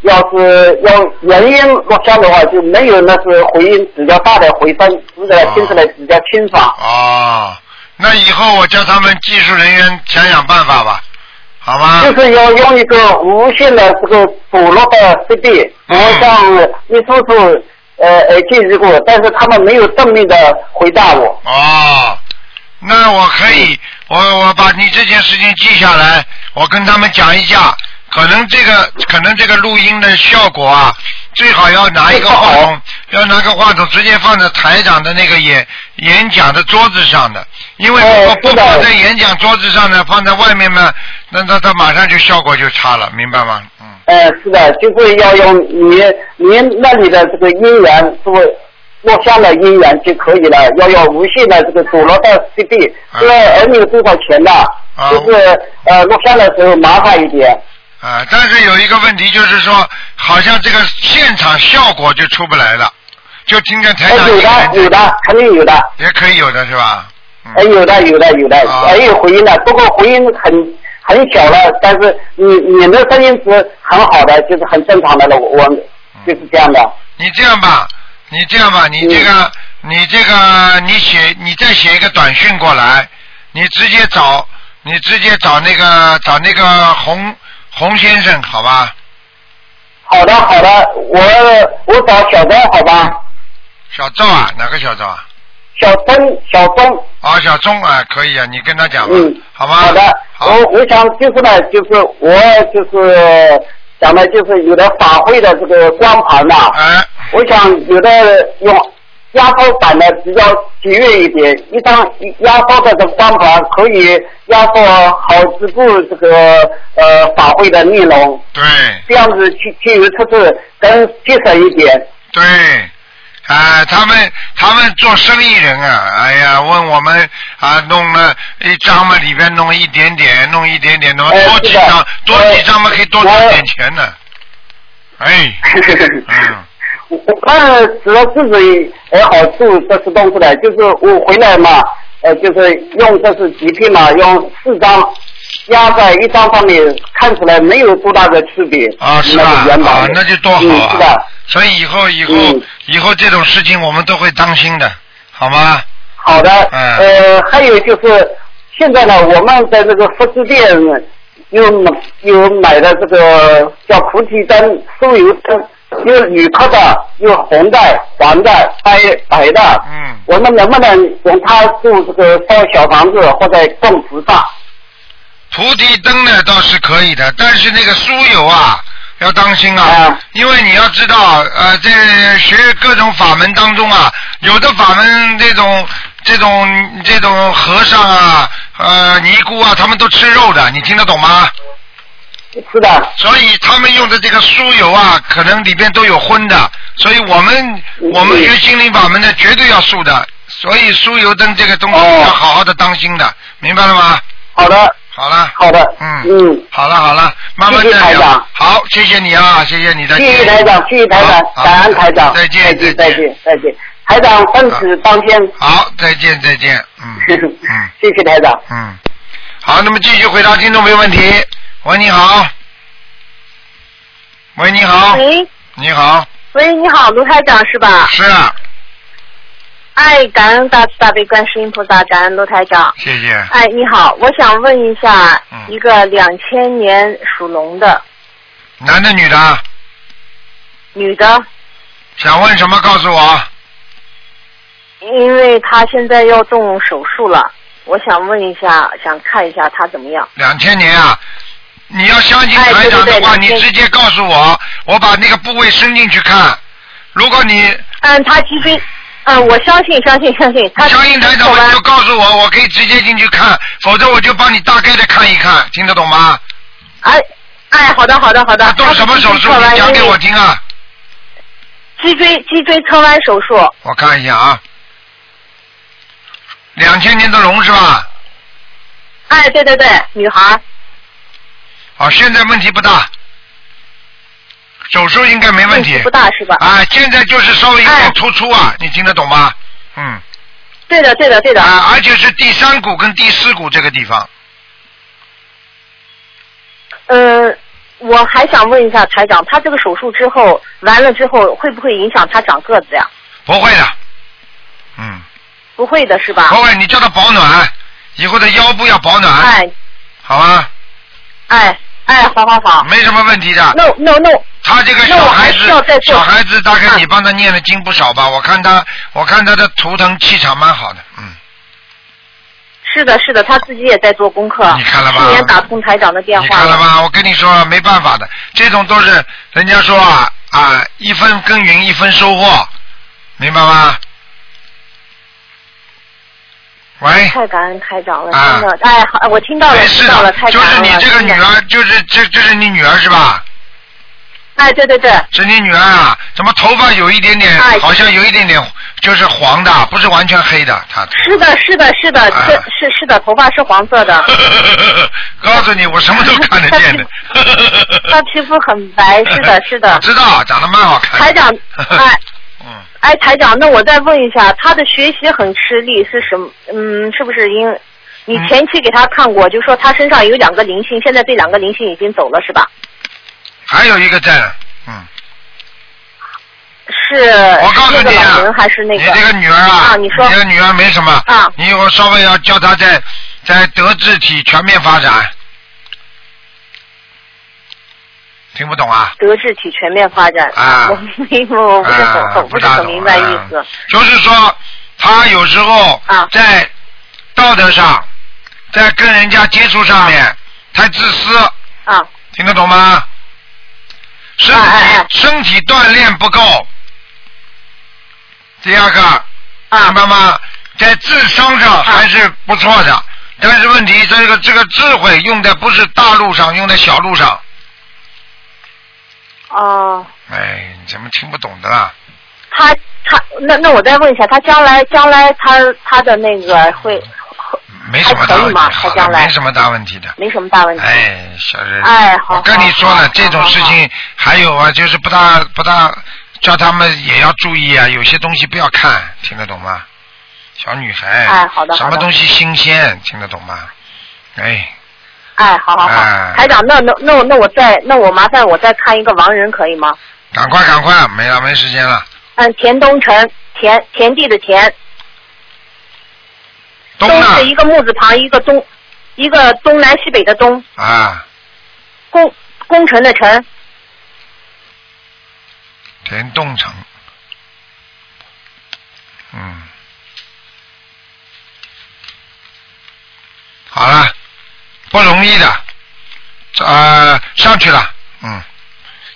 Speaker 4: 要是要原音录像的话，就没有那是回音比较大的回声，听起来听起来比较清爽。
Speaker 1: 哦，那以后我叫他们技术人员想想办法吧，好吗？
Speaker 4: 就是要用一个无线的这个补录的设备，
Speaker 1: 嗯
Speaker 4: 我向秘书处呃呃建议过，但是他们没有正面的回答我。
Speaker 1: 哦，那我可以，我我把你这件事情记下来，我跟他们讲一下。可能这个可能这个录音的效果啊，最好要拿一个话筒，要拿个话筒直接放在台长的那个演演讲的桌子上的，因为如果
Speaker 4: 哎
Speaker 1: 不
Speaker 4: 是的
Speaker 1: 放在演讲桌子上呢，放在外面呢，那那它马上就效果就差了，明白吗？嗯。
Speaker 4: 呃，是的，就是要用你您那里的这个音源做录像的音源就可以了，要用无线的这个补录的设备，
Speaker 1: 啊
Speaker 4: 这个儿女有多少钱的？
Speaker 1: 啊
Speaker 4: 就是呃录像的时候麻烦一点。
Speaker 1: 啊，但是有一个问题就是说，好像这个现场效果就出不来了，就听见台
Speaker 4: 哎，
Speaker 1: 长一
Speaker 4: 有
Speaker 1: 个人
Speaker 4: 的有的，肯定有的。
Speaker 1: 也可以有的是吧？嗯
Speaker 4: 哎，有的，有的，有的，
Speaker 1: 啊
Speaker 4: 也有回音的，不过回音很很小了，但是你你的声音是很好的，就是很正常的了，我就是这样的。
Speaker 1: 你这样吧，你这样吧，
Speaker 4: 嗯
Speaker 1: 你这个，你这个，你写，你再写一个短讯过来，你直接找，你直接找那个找那个洪洪先生，好吧？
Speaker 4: 好的，好的，我我找小张好吧，
Speaker 1: 小赵啊，哪个小赵啊？哦
Speaker 4: 小曾，小曾，
Speaker 1: 哎啊，小钟啊，可以啊，你跟他讲吧，
Speaker 4: 嗯
Speaker 1: 好吗？
Speaker 4: 好的哦我我想就是呢，就是我就是想呢，就是有的法会的这个光盘呐、
Speaker 1: 哎
Speaker 4: 我想有的用压缩版的比较节约一点，一张压缩的这个光盘可以压缩好几部这个呃法会的内容，
Speaker 1: 对
Speaker 4: 这样子去去有特色更节省一点。
Speaker 1: 对。啊，他们他们做生意人啊，哎呀，问我们啊，弄了一张嘛，里边弄一点点，弄一点点，弄
Speaker 4: 哎
Speaker 1: 多几
Speaker 4: 是的
Speaker 1: 张，多几张嘛，
Speaker 4: 哎
Speaker 1: 可以多挣点钱呢。哎，嗯，
Speaker 4: 我我看只要自己也好做这次东西的，就是我回来嘛，呃，就是用这次极品嘛，用四张压在一张上面，看起来没有多大的区别。
Speaker 1: 啊，是吧？
Speaker 4: 那是原版
Speaker 1: 啊，
Speaker 4: 的
Speaker 1: 那就多
Speaker 4: 嗯
Speaker 1: 好
Speaker 4: 是
Speaker 1: 啊
Speaker 4: 的，。
Speaker 1: 所以以后以后
Speaker 4: 嗯
Speaker 1: 以后这种事情我们都会当心的，好吗？
Speaker 4: 好的。
Speaker 1: 嗯
Speaker 4: 呃，还有就是现在呢，我们在这个佛具店有买有买的这个叫菩提灯、酥油灯，有铝壳的，有红的、黄的、白白的。
Speaker 1: 嗯
Speaker 4: 我们能不能用它做这个烧小房子或者供菩萨？
Speaker 1: 菩提灯呢倒是可以的，但是那个酥油啊要当心啊，
Speaker 4: 嗯啊
Speaker 1: 因为你要知道，呃，在学各种法门当中啊，
Speaker 4: 嗯
Speaker 1: 有的法门这种这种这种和尚啊，呃，尼姑啊，他们都吃肉的，你听得懂吗？
Speaker 4: 是的，
Speaker 1: 所以他们用的这个酥油啊，可能里边都有荤的，所以我们
Speaker 4: 嗯
Speaker 1: 我们学心灵法门的绝对要素的，所以酥油灯这个东西
Speaker 4: 哦
Speaker 1: 要好好的当心的，明白了吗？
Speaker 4: 好的，
Speaker 1: 好了。
Speaker 4: 好的，
Speaker 1: 嗯
Speaker 4: 嗯，
Speaker 1: 好了好了，慢慢
Speaker 4: 谢
Speaker 1: 再
Speaker 4: 谢台
Speaker 1: 聊
Speaker 4: 长。
Speaker 1: 好，谢谢你啊，谢谢你，再
Speaker 4: 谢
Speaker 1: 见。
Speaker 4: 谢台长，谢谢台
Speaker 1: 好
Speaker 4: 长，
Speaker 1: 好
Speaker 4: 感恩台长，
Speaker 1: 再见
Speaker 4: 见，
Speaker 1: 再
Speaker 4: 再
Speaker 1: 见
Speaker 4: 见，再见，台长奉旨当先，
Speaker 1: 好，再见再见， 嗯嗯
Speaker 4: 谢谢台长。
Speaker 1: 嗯，好，那么继续回答听众朋友问题。喂，你好。喂，你好，
Speaker 9: 喂
Speaker 1: 你好，
Speaker 9: 喂，你好，卢台长是吧？
Speaker 1: 是啊，
Speaker 9: 哎，感恩大慈大悲观世音菩萨，感恩卢台长。
Speaker 1: 谢谢。
Speaker 9: 哎，你好，我想问一下
Speaker 1: 嗯，
Speaker 9: 一个两千年属龙的
Speaker 1: 男的女的，
Speaker 9: 女的，
Speaker 1: 想问什么告诉我。
Speaker 9: 因为她现在要动手术了，我想问一下，想看一下她怎么样。
Speaker 1: 两千年啊，你要相信台长的话，
Speaker 9: 哎对对对
Speaker 1: 你
Speaker 9: 两千
Speaker 1: 直接告诉我，我把那个部位伸进去看。如果你
Speaker 9: 嗯，她疾病，嗯，我相信，相信，相信，她
Speaker 1: 相信台长，
Speaker 9: 好吧
Speaker 1: 你就告诉我，我可以直接进去看，否则我就帮你大概的看一看，听得懂吗？
Speaker 9: 哎哎，好的，好的，好的
Speaker 1: 他。啊动
Speaker 5: 啊
Speaker 1: 什么手术？你讲给我听啊！
Speaker 9: 脊椎脊椎侧弯手术，
Speaker 1: 我看一下啊，两千年的龙是吧？
Speaker 9: 哎，对对对，女孩儿，
Speaker 1: 啊，现在问题不大，手术应该没问题
Speaker 9: 不大是吧？
Speaker 1: 啊。现在就是稍微有
Speaker 9: 哎
Speaker 1: 点突出啊，你听得懂吗？嗯
Speaker 9: 对的，对的，对的。
Speaker 1: 啊，而且是第三股跟第四股这个地方，
Speaker 9: 嗯，我还想问一下台长，他这个手术之后完了之后，会不会影响他长个子呀？
Speaker 1: 不会的，嗯，
Speaker 9: 不会的是吧？
Speaker 1: 不会，你叫他保暖，以后的腰部要保暖。
Speaker 9: 哎
Speaker 1: 好吧，
Speaker 9: 哎哎，好好好。
Speaker 1: 没什么问题的。
Speaker 9: 那那那
Speaker 1: 他这个小
Speaker 9: 那我
Speaker 1: 孩
Speaker 9: 还
Speaker 1: 子
Speaker 9: 需要再，做
Speaker 1: 小孩子大概
Speaker 9: 啊
Speaker 1: 你帮他念的经不少吧？我看他，我看他的图腾气场蛮好的，嗯，
Speaker 9: 是的，是的，他自己也在做功课。
Speaker 1: 你看了吧
Speaker 9: 去年打通台长的电
Speaker 1: 你
Speaker 9: 话
Speaker 1: 看了吧？我跟你说，没办法的，这种都是人家说啊啊，一分耕耘一分收获，明白吗？喂，
Speaker 9: 太感恩台长了，
Speaker 1: 啊
Speaker 9: 真的，哎，好，我听到了，
Speaker 1: 没事
Speaker 9: 知道了，
Speaker 1: 的
Speaker 9: 太，
Speaker 1: 就
Speaker 9: 感
Speaker 1: 是
Speaker 9: 恩
Speaker 1: 你
Speaker 9: 了。
Speaker 1: 这个女
Speaker 9: 真的
Speaker 1: 儿，就是这这是你女儿是吧？
Speaker 9: 哎，对对对，
Speaker 1: 是你女儿啊？怎么头发有一点点
Speaker 9: 哎，
Speaker 1: 好像有一点点，就是黄的，不是完全黑的。她
Speaker 9: 是的，是的，是的，
Speaker 1: 啊
Speaker 9: 是是是的，头发是黄色的，
Speaker 1: 告诉你，我 什么都看得见的。
Speaker 9: 她皮肤很白，是的，是 的
Speaker 1: 我。知道，长得蛮好看的。，
Speaker 9: 台长 哎。
Speaker 1: 嗯，
Speaker 9: 哎，台长，那我再问一下，他的学习很吃力，是什么？嗯，是不是因你
Speaker 1: 嗯
Speaker 9: 前期给他看过，就说他身上有两个灵性，现在这两个灵性已经走了，是吧？
Speaker 1: 还有一个在呢，嗯，
Speaker 9: 是
Speaker 1: 我告诉
Speaker 9: 是那
Speaker 1: 你
Speaker 9: 个
Speaker 1: 啊
Speaker 9: 老人还是那
Speaker 1: 你这个女儿啊，
Speaker 9: 啊你说
Speaker 1: 这个女儿没什么，
Speaker 9: 啊
Speaker 1: 你以后稍微要教她在在德智体全面发展，听不懂啊？
Speaker 9: 德智体全面发展？
Speaker 1: 啊
Speaker 9: 我没我哦不是很、
Speaker 1: 啊
Speaker 9: 我不是
Speaker 1: 大
Speaker 9: 很
Speaker 1: 懂
Speaker 9: 明白意思。
Speaker 1: 啊就是说，他有时候
Speaker 9: 啊
Speaker 1: 在道德上、在跟人家接触上面太自私，
Speaker 9: 啊，
Speaker 1: 听得懂吗？身体
Speaker 9: 哎
Speaker 1: 身体锻炼不够。第二个，
Speaker 9: 啊
Speaker 1: 明白吗？在智商上还是不错的，但是问题这个这个智慧用在不是大路上，用在小路上。
Speaker 9: 哦，
Speaker 1: 哎，你怎么听不懂的啦？
Speaker 9: 他他那那我再问一下，他将来将来他他的那个会
Speaker 1: 没什么大
Speaker 9: 啊还可
Speaker 1: 问
Speaker 9: 以
Speaker 1: 题，
Speaker 9: 吗
Speaker 1: 好
Speaker 9: 还将
Speaker 1: 的，
Speaker 9: 来
Speaker 1: 没什么大问题的。
Speaker 9: 没什么大问题？
Speaker 1: 哎，小人，
Speaker 9: 哎好
Speaker 1: 我跟你说
Speaker 9: 好
Speaker 1: 了
Speaker 9: 好，
Speaker 1: 这种
Speaker 9: 好
Speaker 1: 事情还有啊，就是不大不大，叫他们也要注意啊，有些东西不要看，听得懂吗？小女孩，
Speaker 9: 哎好的
Speaker 1: 什么
Speaker 9: 好的
Speaker 1: 东西新鲜，听得懂吗？哎，
Speaker 9: 哎，好好
Speaker 1: 哎
Speaker 9: 好，台长，那那那我那我再那我麻烦我再看一个亡人可以吗？
Speaker 1: 赶快赶快，没了没时间了，
Speaker 9: 嗯，田东城，田田地的田，
Speaker 1: 东啊
Speaker 9: 是一个木字旁，一个东，一个东南西北的东，
Speaker 1: 啊，
Speaker 9: 工工程的程，
Speaker 1: 田洞城，嗯，好了，不容易的，呃，上去了，嗯，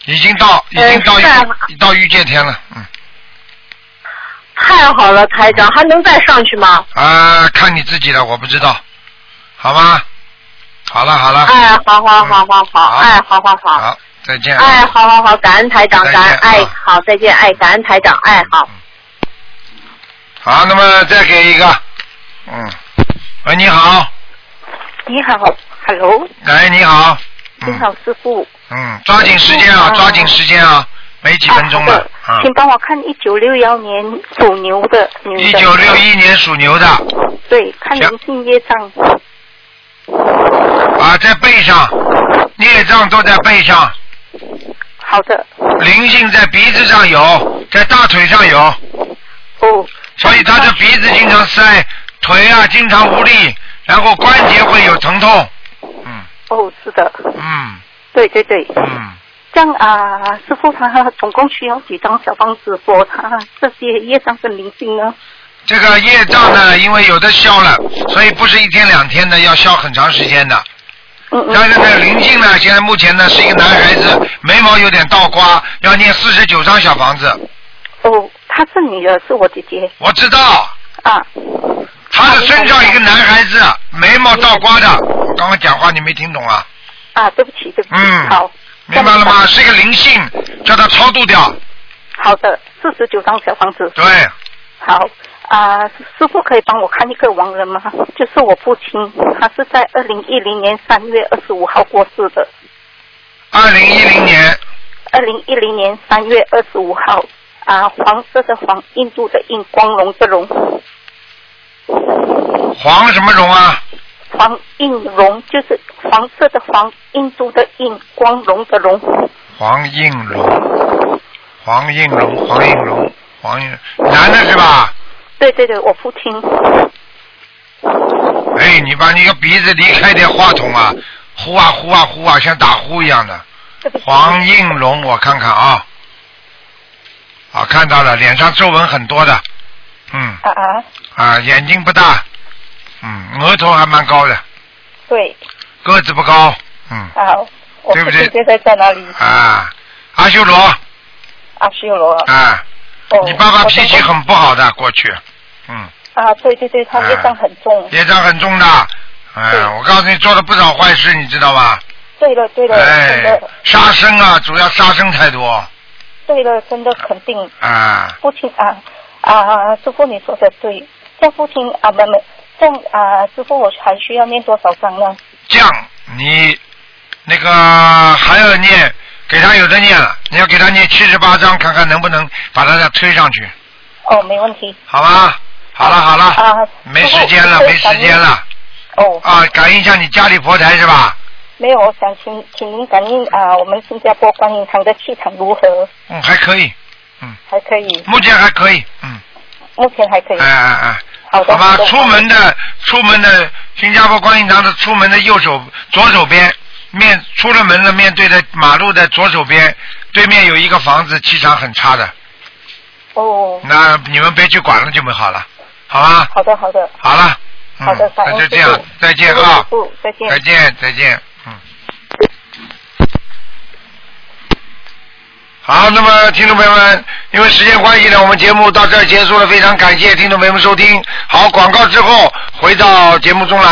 Speaker 1: 已经到已经到、
Speaker 9: 呃
Speaker 1: 遇
Speaker 9: 是啊
Speaker 1: 到御界天了，嗯，
Speaker 9: 太好了，台长，还能再上去吗？
Speaker 1: 啊、看你自己了，我不知道，好吗？好了好了，
Speaker 9: 哎，好好好好好，哎，好好好，
Speaker 1: 啊嗯好，再见啊，
Speaker 9: 哎，好好好，感恩台长，
Speaker 1: 再见嗯
Speaker 9: 感恩，哎，好，再见，哎，感恩台长，哎，好，
Speaker 1: 好，那么再给一个，嗯，喂，你好，
Speaker 10: 你好，Hello，
Speaker 1: 哎，你好，
Speaker 10: 你好，师傅，
Speaker 1: 嗯，抓紧时间啊，抓紧时间啊，没几分钟了，啊，
Speaker 10: 请帮我看一九六幺年属牛的女的。
Speaker 1: 一九六一年属牛的
Speaker 10: 对，看灵性业障。
Speaker 1: 啊，在背上，孽障都在背上，
Speaker 10: 好的，
Speaker 1: 灵性在鼻子上有，在大腿上有，
Speaker 10: 哦，
Speaker 1: 所以他的鼻子经常塞，腿啊经常无力，然后关节会有疼痛，
Speaker 10: 哦，是的，
Speaker 1: 嗯
Speaker 10: 对对对。
Speaker 1: 嗯。
Speaker 10: 这样啊，师傅他总共需要几张小房子？佛他这些业障跟灵性呢？
Speaker 1: 这个业障呢，因为有的消了，所以不是一天两天的，要消很长时间的。
Speaker 10: 嗯
Speaker 1: 但是呢，灵性呢，现在目前呢是一个男孩子，眉毛有点倒刮，要念四十九张小房子。
Speaker 10: 哦，她是女儿，是我姐姐。
Speaker 1: 我知道。
Speaker 10: 啊。
Speaker 1: 他的身上一个男孩子，眉毛倒刮的。我刚刚讲话你没听懂啊？
Speaker 10: 啊，对不起，对不起。
Speaker 1: 嗯
Speaker 10: 好，
Speaker 1: 明白了吗？是一个灵性，叫他超度掉。
Speaker 10: 好的，四十九张小房子。
Speaker 1: 对，
Speaker 10: 好啊、师傅可以帮我看一个亡人吗？就是我父亲，他是在二零一零年三月二十五号过世的。
Speaker 1: 二零一零年
Speaker 10: 二零一零年三月二十五号啊、黄色的黄，印度的印，光荣的荣，
Speaker 1: 黄什么荣啊？
Speaker 10: 黄印荣就是黄色的黄，印度的印，光荣的荣。
Speaker 1: 黄应龙，黄应龙，黄应龙，黄应，男的是吧？
Speaker 10: 对对对，我父亲。
Speaker 1: 哎，你把你个鼻子离开点话筒啊，呼啊呼啊呼啊，像打呼一样的。黄应龙，我看看啊，啊，看到了，脸上皱纹很多的，嗯，
Speaker 10: 啊啊，
Speaker 1: 啊，眼睛不大，嗯，额头还蛮高的，
Speaker 10: 对，
Speaker 1: 个子不高，
Speaker 10: 好，我
Speaker 1: 对
Speaker 10: 父
Speaker 1: 不
Speaker 10: 亲
Speaker 1: 对
Speaker 10: 现在在哪里？
Speaker 1: 啊，阿修罗，
Speaker 10: 阿修罗。
Speaker 1: 啊，
Speaker 10: 哦，
Speaker 1: 你爸爸
Speaker 10: 我
Speaker 1: 脾气
Speaker 10: 想问
Speaker 1: 很不好的，过去，嗯，
Speaker 10: 啊，对对对，他业障很重。
Speaker 1: 业障很重的，哎，我告诉你，做了不少坏事，你知道吧？
Speaker 10: 对了对了，真
Speaker 1: 哎
Speaker 10: 的，
Speaker 1: 杀生啊，主要杀生太多，
Speaker 10: 对了，真的肯定
Speaker 1: 啊。
Speaker 10: 父亲啊啊，师傅你说的对，像父亲啊，没没，像啊，师傅我还需要念多少章呢？
Speaker 1: 这样你那个还要念，给他有的念了，你要给他念七十八章，看看能不能把他再推上去，
Speaker 10: 哦，没问题。
Speaker 1: 好吧？好了好了，
Speaker 10: 啊，
Speaker 1: 没
Speaker 10: 师父
Speaker 1: 时间了，
Speaker 10: 对
Speaker 1: 没时间了。
Speaker 10: 哦。
Speaker 1: 啊，感应一下你家里佛台是吧？
Speaker 10: 没有，我想请请您感应啊，我们新加坡观音堂的气场如何？
Speaker 1: 嗯，还可以，
Speaker 10: 还可以，
Speaker 1: 目前还可以，嗯，
Speaker 10: 目前还可以。
Speaker 1: 哎哎哎。
Speaker 10: 好的
Speaker 1: 吧
Speaker 10: 好，的
Speaker 1: 出门的出门的新加坡观音堂的出门的右手左手边面出了门了，面对着马路的左手边对面有一个房子，气场很差的，
Speaker 10: 哦，
Speaker 1: 那你们别去管了就没好了，好吧？
Speaker 10: 好的好的，
Speaker 1: 好了，嗯
Speaker 6: 好的，感
Speaker 1: 那
Speaker 6: 恩
Speaker 1: 就这样
Speaker 6: 师父，
Speaker 1: 再见
Speaker 6: 谢谢
Speaker 1: 啊
Speaker 6: 师父再见，
Speaker 1: 再见，再见，嗯。好，那么听众朋友们，因为时间关系呢，我们节目到这儿结束了，非常感谢听众朋友们收听。好，广告之后回到节目中来。